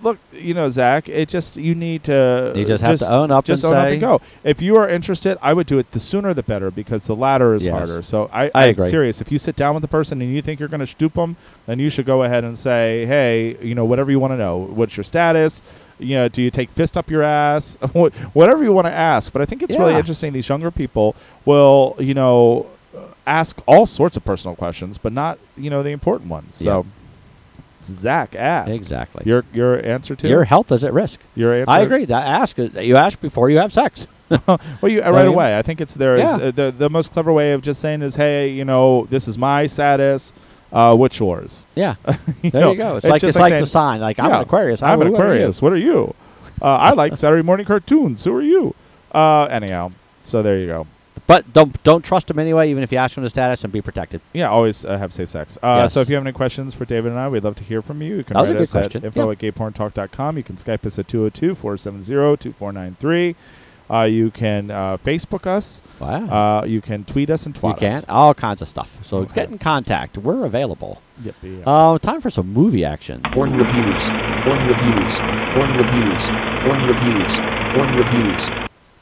B: look, you know, Zach, it just you need to
C: You just have to own up
B: just
C: and
B: own up
C: say-
B: and go. If you are interested, I would do it the sooner the better because the latter is
C: Yes.
B: harder. So I,
C: I
B: I'm
C: agree.
B: Serious. If you sit down with the person and you think you're going to stoop them, then you should go ahead and say, hey, you know, whatever you want to know. What's your status? You know, do you take fist up your ass? [laughs] Wh- Whatever you want to ask. But I think it's really
C: Yeah.
B: interesting. These younger people will, you know. Ask all sorts of personal questions, but not you know the important ones. So, Zach asked.
C: Exactly.
B: Your your answer to
C: Your health is at risk.
B: your answer.
C: I agree. That ask is- you ask before you have sex.
B: [laughs] Well, you uh,
C: I
B: right
C: mean-
B: away. I think it's there is
C: Yeah.
B: uh, the the most clever way of just saying is, hey, you know, this is my status. Uh, what's yours?
C: Yeah. There
B: know,
C: you go. It's,
B: it's
C: like
B: just
C: it's
B: like
C: like
B: saying-
C: the sign. Like I'm
B: Yeah,
C: an Aquarius.
B: I'm an
C: who are you?
B: Aquarius. What are you? Uh, I like Saturday morning cartoons. Who are you? Uh, anyhow, so there you go.
C: But don't don't trust him anyway, even if you ask him the status and be protected.
B: Yeah, always uh, have safe sex. Uh,
C: Yes.
B: So if you have any questions for David and I, we'd love to hear from you. You can
C: That was a
B: write
C: good
B: us at
C: question.
B: info
C: Yeah.
B: at gayporntalk.com. You can Skype us at 202-470-2493. Uh, you can uh, Facebook us.
C: Wow. Uh,
B: Uh, you can tweet us and
C: you
B: twat
C: can
B: us.
C: all kinds of stuff. So
B: Okay.
C: get in contact. We're available.
B: Yep, yeah.
C: Uh, time for some movie action.
F: Porn reviews. Porn reviews. Porn reviews. Porn reviews. Porn reviews.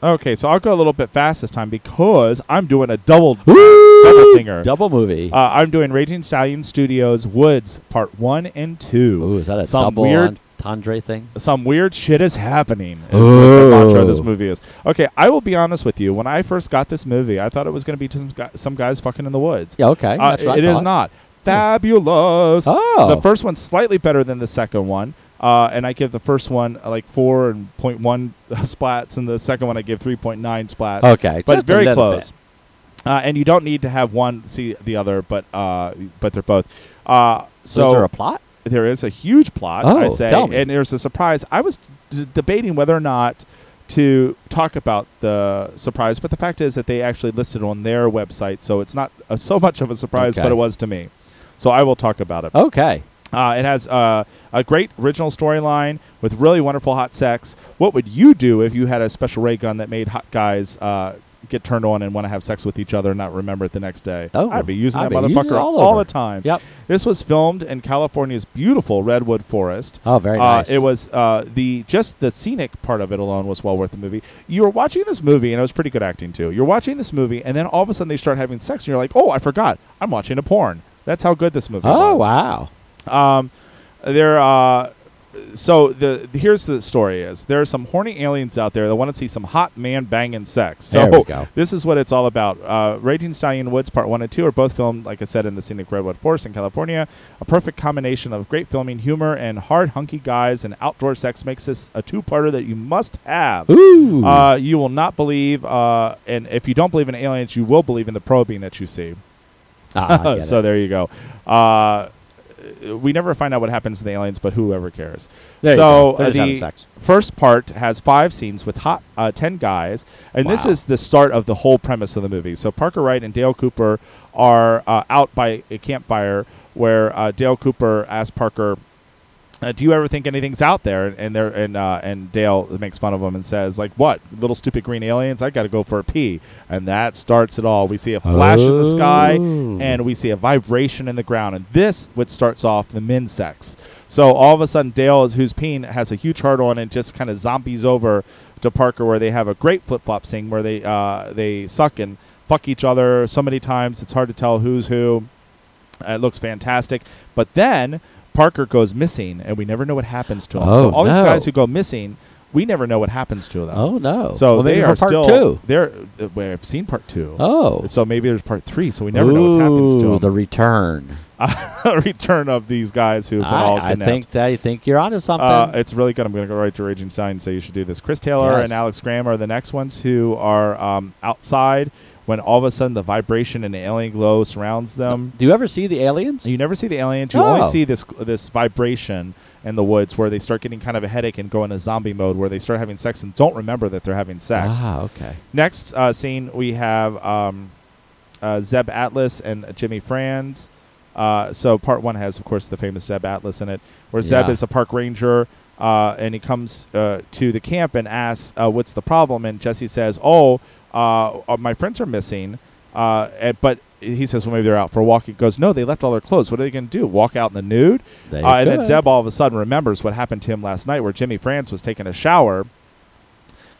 B: Okay, so I'll go a little bit fast this time because I'm doing a double double
C: Woo!
B: dinger.
C: Double movie.
B: Uh, I'm doing Raging Stallion Studios Woods Part One and Two.
C: Ooh, is that a
B: some
C: double
B: weird
C: entendre thing?
B: some weird shit is happening. Is what the mantra of this
C: Oh.
B: movie is. Okay, I will be honest with you. When I first got this movie, I thought it was going to be some, guy, some guys fucking in the woods.
C: Yeah, okay.
B: Uh,
C: that's what I
B: it is
C: thought. Hmm.
B: not. Fabulous.
C: Oh.
B: The first one's slightly better than the second one. Uh, and I give the first one uh, like four and point one [laughs] splats, and the second one I give three point nine splats.
C: Okay,
B: but
C: just a
B: very
C: little
B: close.
C: bit.
B: Uh, and you don't need to have one see the other, but uh, but they're both. Uh, so
C: is there a plot?
B: there is a huge plot. I
C: Oh,
B: say,
C: tell me.
B: and there's a surprise. I was d- debating whether or not to talk about the surprise, but the fact is that they actually listed on their website, so it's not uh, so much of a surprise,
C: Okay. Oh.
B: but it was to me. So I will talk about it.
C: Okay.
B: Uh, it has uh, a great original storyline with really wonderful hot sex. What would you do if you had a special ray gun that made hot guys uh, get turned on and want to have sex with each other and not remember it the next day?
C: Oh,
B: I'd be using
C: I'd
B: that
C: be using
B: motherfucker
C: it all
B: all
C: over.
B: the time.
C: Yep.
B: This was filmed in California's beautiful redwood forest.
C: Oh, very
B: Uh,
C: nice.
B: It was uh, the just the scenic part of it alone was well worth the movie. You were watching this movie, and it was pretty good acting too. You're watching this movie, and then all of a sudden they start having sex, and you're like, "Oh, I forgot, I'm watching a porn." That's how good this movie was.
C: Oh wow.
B: Um, there, uh, so the here's the story is there are some horny aliens out there that want to see some hot man banging sex. So
C: There we go.
B: this is what it's all about. Uh, Raging Stallion Woods Part One and Two are both filmed, like I said, in the scenic redwood forest in California. A perfect combination of great filming, humor, and hard hunky guys and outdoor sex makes this a two-parter that you must have.
C: Ooh.
B: Uh, you will not believe, uh, and if you don't believe in aliens, you will believe in the probing that you see.
C: Ah, I get
B: Oh, so
C: it.
B: there you go. Uh, we never find out what happens to the aliens, but whoever cares.
C: There you
B: so
C: go. They're
B: uh,
C: just having
B: the
C: sex.
B: first part has five scenes with hot, uh, ten guys, and this
C: Wow.
B: is the start of the whole premise of the movie. So Parker Wright and Dale Cooper are uh, out by a campfire where uh, Dale Cooper asks Parker. Uh, do you ever think anything's out there? And there, and uh, and Dale makes fun of him and says, like, "What little stupid green aliens? I got to go for a pee." And that starts it all. We see a flash in the sky,
C: Oh.
B: and we see a vibration in the ground, and this what starts off the men sex. So all of a sudden, Dale is who's peeing has a huge heart on and just kind of zombies over to Parker, where they have a great flip flop scene where they uh, they suck and fuck each other so many times it's hard to tell who's who. Uh, It looks fantastic, but then Parker goes missing, and we never know what happens to him.
C: Oh,
B: so all these
C: no.
B: guys who go missing, we never know what happens to them.
C: Oh no.
B: So
C: well,
B: they
C: maybe
B: are
C: for part
B: still
C: two.
B: They're uh, we've seen part two.
C: Oh.
B: So maybe there's part three. So we never know what happens to
C: Ooh,
B: them.
C: The return.
B: [laughs] return of these guys who've been all
C: I, I
B: kidnapped.
C: think that I think you're onto something.
B: uh, it's really good. I'm going to go right to Raging Sign and say you should do this. Chris Taylor
C: Yes.
B: and Alex Graham are the next ones who are um, outside when all of a sudden the vibration and the alien glow surrounds them.
C: Do you ever see the aliens?
B: You never see the aliens. You
C: Oh.
B: only see this this vibration in the woods where they start getting kind of a headache and go into zombie mode where they start having sex and don't remember that they're having sex.
C: ah, okay.
B: Next uh, scene, we have um, uh, Zeb Atlas and Jimmy Franz. Uh, so part one has, of course, the famous Zeb Atlas in it, where Zeb
C: Yeah.
B: is a park ranger, uh, and he comes uh, to the camp and asks, uh, "What's the problem?" And Jesse says, "Oh, uh, uh, my friends are missing." Uh, and, but he says, "Well, maybe they're out for a walk." He goes, "No, they left all their clothes. What are they going to do? Walk out in the nude?"
C: They
B: Uh, and then
C: could.
B: Zeb all of a sudden remembers what happened to him last night, where Jimmy Franz was taking a shower.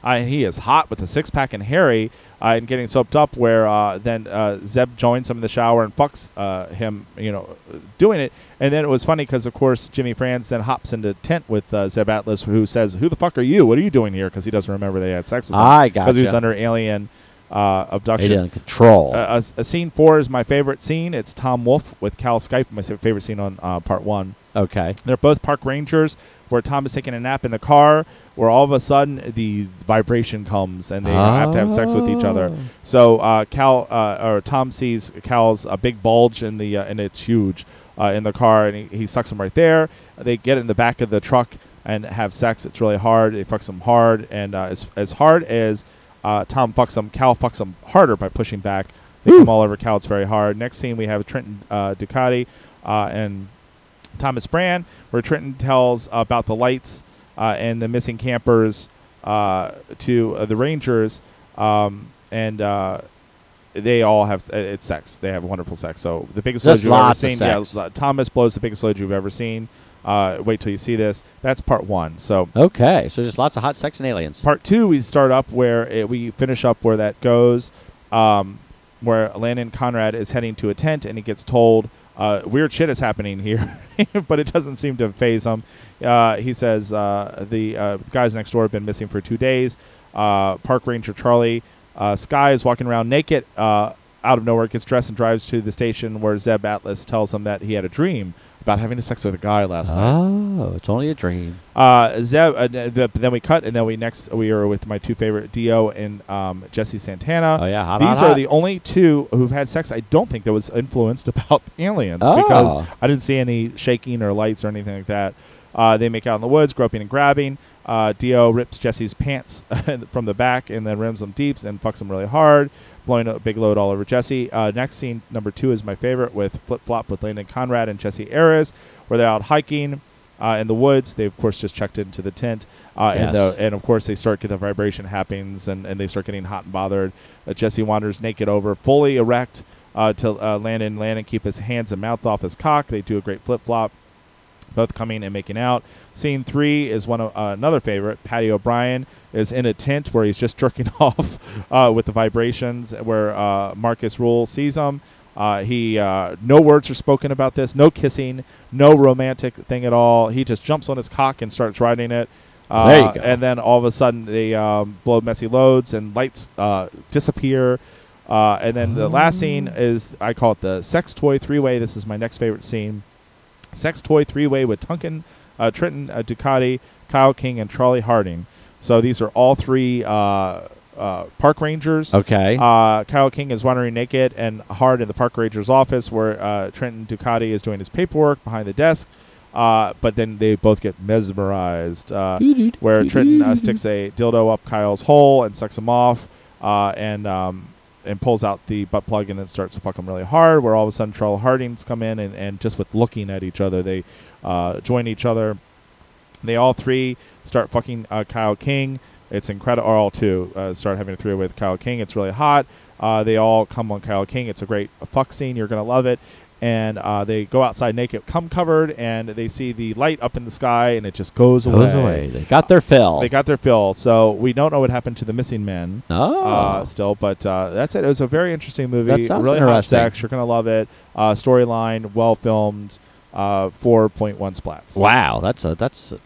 B: Uh, and he is hot with a six pack and Harry uh, and getting soaped up. Where uh, then uh, Zeb joins him in the shower and fucks uh, him, you know, doing it. And then it was funny because, of course, Jimmy Franz then hops into tent with uh, Zeb Atlas, who says, "Who the fuck are you? What are you doing here?" Because he doesn't remember they had sex with him.
C: I
B: because he was
C: gotcha.
B: under alien uh, abduction.
C: Alien control.
B: Uh, a, a scene four is my favorite scene. It's Tom Wolfe with Cal Skype, my sa- favorite scene on uh, part one.
C: okay.
B: They're both park rangers where Tom is taking a nap in the car, where all of a sudden the vibration comes and they have to have sex with each other.
C: Oh.
B: So uh, Cal uh, or Tom sees Cal's a big bulge in the uh, and it's huge uh, in the car, and he, he sucks him right there. They get in the back of the truck and have sex. It's really hard. They fucks him hard, and uh, as as hard as uh, Tom fucks him, Cal fucks him harder by pushing back. They come all over Cal. It's very hard. Next scene we have Trenton uh, Ducati uh, and Thomas Brand, where Trenton tells about the lights uh, and the missing campers uh, to uh, the Rangers, um, and uh, they all have uh, it's sex. They have wonderful sex. So the biggest
C: There's
B: load you've ever
C: lots of
B: seen. Yeah,
C: sex.
B: lo- Thomas blows the biggest load you've ever seen. Uh, wait till you see this. That's part one. So
C: Okay. So there's lots of hot sex and aliens.
B: part two we start up where it, we finish up where that goes um, where landon conrad is heading to a tent and he gets told uh, weird shit is happening here [laughs] but it doesn't seem to phase him uh, he says uh, the uh, guys next door have been missing for two days uh, park ranger charlie uh, sky is walking around naked uh, out of nowhere gets dressed and drives to the station where zeb atlas tells him that he had a dream about having sex with a guy last night
C: Oh, it's only a dream.
B: uh, Zeb, uh, th- th- then we cut, and then we next we are with my two favorite Dio and um, Jesse Santana.
C: Oh, yeah, hot,
B: these
C: hot,
B: are
C: hot.
B: the only two who've had sex. I don't think that was influenced about [laughs] aliens
C: Oh.
B: because I didn't see any shaking or lights or anything like that. Uh, they make out in the woods, groping and grabbing. Uh, Dio rips Jesse's pants [laughs] from the back and then rims them deeps and fucks him really hard, blowing a big load all over Jesse. Uh, next scene number two is my favorite with flip flop with Landon Conrad and Jesse Ayres, where they're out hiking uh, in the woods. They of course just checked into the tent, uh,
C: Yes.
B: and the and of course they start get the vibration happens, and, and they start getting hot and bothered. Uh, Jesse wanders naked over, fully erect, uh, to uh, Landon. Landon keep his hands and mouth off his cock. They do a great flip flop, both coming and making out. Scene three is one of uh, another favorite. Patty O'Brien is in a tent [laughs] where he's just jerking off uh, with the vibrations, where uh, Marcus Rule sees him. Uh, he uh, no words are spoken about this, no kissing, no romantic thing at all. He just jumps on his cock and starts riding it. Uh,
C: There you go.
B: And then all of a sudden they um, blow messy loads and lights uh, disappear. Uh, and then the last scene is I call it the sex toy three way. This is my next favorite scene sex toy three way with Tunkin, uh, Trenton uh, Ducati, Kyle King, and Charlie Harding. So these are all three uh, uh, park rangers.
C: Okay.
B: Uh, Kyle King is wandering naked and hard in the park ranger's office, where uh, Trenton Ducati is doing his paperwork behind the desk. Uh, but then they both get mesmerized, uh, where Trenton uh, sticks a dildo up Kyle's hole and sucks him off, uh, and um, and pulls out the butt plug and then starts to fuck him really hard. Where all of a sudden Charles Hardings come in and, and just with looking at each other, they uh, join each other. They all three start fucking uh, Kyle King. It's incredible. Or all two uh, start having a three with Kyle King. It's really hot. Uh, they all come on Kyle King. It's a great fuck scene. You're gonna love it. And uh, they go outside naked, cum covered, and they see the light up in the sky, and it just goes,
C: Goes away. They got their fill.
B: They got their fill. So we don't know what happened to the missing men
C: oh.
B: uh, still. But uh, that's it. It was a very interesting movie.
C: That sounds
B: really hot
C: interesting.
B: sex. You're gonna love it. Uh, Storyline well filmed. Uh, Four point one splats.
C: Wow, that's a that's a,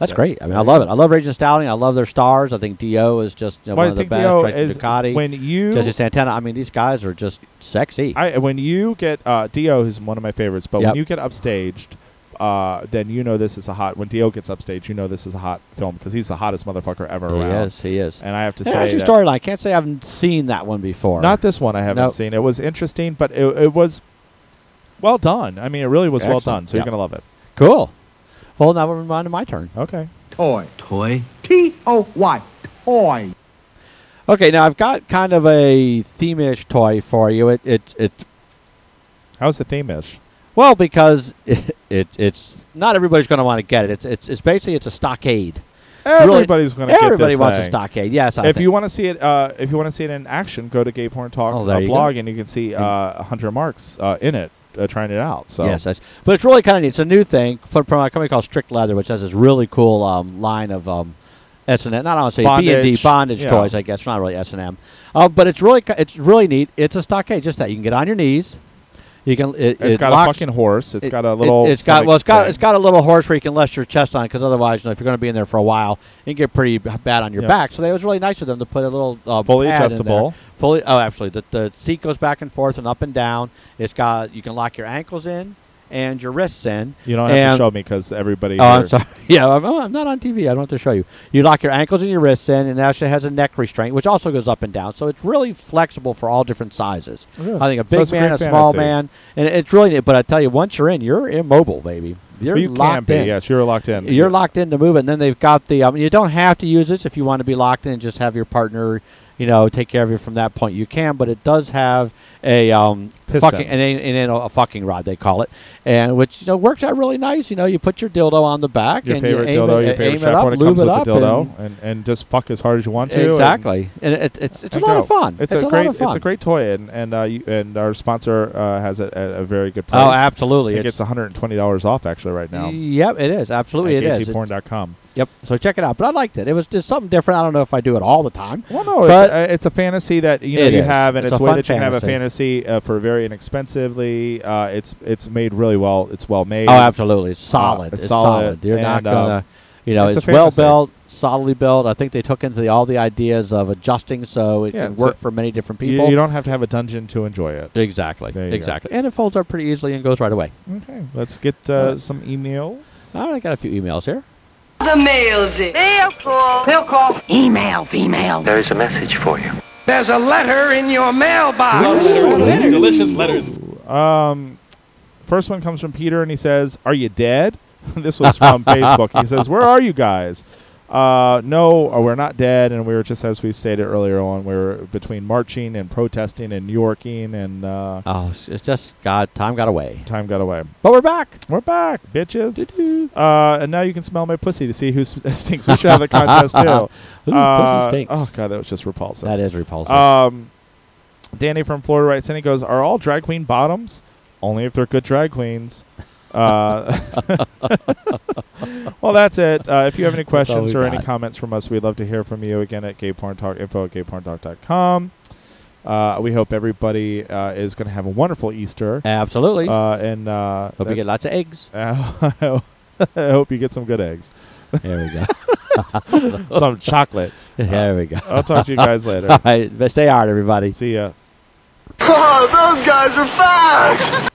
C: that's
B: Yes.
C: great. I mean, I love it. I love Raging Stallion. I love their stars. I think Dio is just you know,
B: Well,
C: one
B: I
C: of the
B: think
C: best.
B: Dio
C: Frank
B: is
C: Ducati,
B: when you
C: Jesse Santana. I mean, these guys are just sexy.
B: I when you get uh, Dio, who's one of my favorites, but
C: Yep.
B: when you get upstaged, uh, then you know this is a hot. When Dio gets upstaged, you know this is a hot film because he's the hottest motherfucker ever
C: Oh, he
B: around.
C: is. He is.
B: And I have to
C: Yeah,
B: say,
C: that's your
B: that-
C: storyline. I can't say I haven't seen that one before.
B: not this one I haven't
C: Nope.
B: seen. It was interesting, but it, it was well done. I mean, it really was well
C: Excellent.
B: done. So
C: Yep.
B: you're gonna love it.
C: cool. Well, now we're on to my turn.
B: Okay.
G: Toy. Toy. T O Y. Toy.
C: Okay, now I've got kind of a theme-ish toy for you. It it it
B: How's the theme ish?
C: Well, because [laughs] it, it it's not everybody's going to want to get it. It's it's it's basically it's a stockade. Really-
B: Everybody's gonna get this
C: everybody wants a
B: thing.
C: stockade. Yes, I
B: if
C: think.
B: you want to see it, uh, if you want to see it in action, go to Gay Porn Talk
C: Oh, there
B: uh,
C: you
B: blog,
C: go.
B: and you can see uh, Hunter Marks uh, in it uh, trying it out. So
C: Yes, that's, but it's really kind of neat. It's a new thing from, from a company called Strict Leather, which has this really cool um, line of um, S and M. Not honestly, B and D
B: Bondage,
C: bondage
B: yeah.
C: toys, I guess. Not really S and M, um, but it's really ki- it's really neat. It's a stockade, just that you can get on your knees. You can. It,
B: it's
C: it
B: got
C: locks-
B: a fucking horse. It's
C: it-
B: got a
C: it-
B: little.
C: it's got
B: stomach
C: well. It's got
B: thing.
C: it's got a little horse where you can rest your chest on because otherwise, you know, if you're going to be in there for a while, you can get pretty b- bad on your
B: Yeah.
C: back. So that was really nice of them to put a little uh,
B: Fully
C: pad in there.
B: adjustable.
C: Fully. Oh, absolutely. The, the seat goes back and forth and up and down. It's got you can lock your ankles in and your wrists in.
B: You don't have
C: and-
B: to show me because everybody.
C: Oh, I'm
B: here-
C: sorry. [laughs] Yeah, I'm, I'm not on TV. I don't have to show you. You lock your ankles and your wrists in, and it actually has a neck restraint, which also goes up and down. So it's really flexible for all different sizes.
B: Yeah.
C: I think a
B: So
C: big
B: it's a
C: man, a,
B: great
C: small
B: fantasy.
C: man, and it's really. neat. But I tell you, once you're in, you're immobile, baby. You're
B: Well, you
C: locked
B: can be.
C: in.
B: Yes, you're locked in.
C: You're locked in to move, it. and then they've got the. I mean, you don't have to use this if you want to be locked in. and Just have your partner, you know, take care of you from that point. You can, but it does have a um,
B: Piston.
C: fucking an, an, an, a fucking rod they call it, and which you know works out really nice. You know, you put your dildo on the back,
B: Your
C: and
B: favorite
C: you aim
B: dildo,
C: it,
B: your
C: aim
B: favorite
C: it up,
B: strap on, it
C: lube
B: comes
C: it
B: with
C: up,
B: a dildo, and, and just fuck as hard as you want
C: and-
B: to. and-
C: exactly, and it, it's it's a
B: and
C: lot
B: go.
C: of fun.
B: It's, a,
C: lot
B: great,
C: of fun.
B: it's a great toy, and and uh, you, and our sponsor uh, has it at a very good price.
C: Oh, absolutely!
B: It gets
C: it's,
B: one hundred and twenty dollars off actually right now.
C: Yep, it is absolutely
B: at
C: it is. It-
B: gaycheapporn.com.
C: yep. So check it out. But I liked it. It was just something different. I don't know if I do it all the time.
B: Well, no,
C: But-
B: it's, a, it's a fantasy that you know
C: It
B: you
C: is.
B: have, and
C: It's
B: it's, a
C: a
B: way
C: fun
B: that you can have a fantasy uh, for very inexpensively. Uh, it's it's made really well. It's well made.
C: Oh, absolutely. It's solid.
B: it's
C: it's solid.
B: Uh, solid.
C: You're not
B: And, um,
C: going to, you know,
B: it's
C: it's,
B: a
C: well
B: fantasy.
C: built, solidly built. I think they took into the, all the ideas of adjusting so it
B: Yeah,
C: can
B: so
C: work for many different
B: You-
C: people.
B: You, don't have to have a dungeon to enjoy it.
C: exactly.
B: There you go.
C: Exactly. And it folds up pretty easily and goes right away.
B: Okay, let's get
C: All
B: uh,
C: right.
B: some emails.
C: All right, I got a few emails here.
H: The mail's in. Mail call. Mail call. Email, female.
I: There is a message for you.
D: There's a letter in your mailbox.
B: Um, first one comes from Peter, and he says, "Are you dead?" [laughs] this was
C: [laughs]
B: from Facebook. He says, "Where are you guys?" Uh, no, or we're not dead, and we were just as we stated earlier on. We were between marching and protesting and New Yorking, and uh,
C: Oh, it's it's just got time got away.
B: time got away.
C: But we're back.
B: We're back, bitches. Uh, and now you can smell my pussy to see who s- [laughs] stinks. We should have the
C: [laughs]
B: contest too.
C: Ooh,
B: Uh,
C: pussy stinks.
B: Oh god, that was just repulsive.
C: that is repulsive.
B: Um, Danny from Florida writes in. He goes, "Are all drag queen bottoms? Only if they're good drag queens." Uh, [laughs] well, that's it. Uh, if you have any
C: all
B: questions
C: we
B: or any
C: got.
B: comments from us, we'd love to hear from you again at gayporntalk info at gayporntalk.com. Uh, we hope everybody uh, is going to have a wonderful Easter.
C: Absolutely.
B: Uh, and uh,
C: Hope you get
B: that's-
C: lots of
B: [laughs]
C: eggs.
B: I hope you get some good eggs,
C: There we go. [laughs]
B: some chocolate.
C: there we go.
B: I'll talk to you guys
C: [laughs]
B: later.
C: All right, but stay hard, everybody.
B: See ya.
H: Oh, those guys are fast!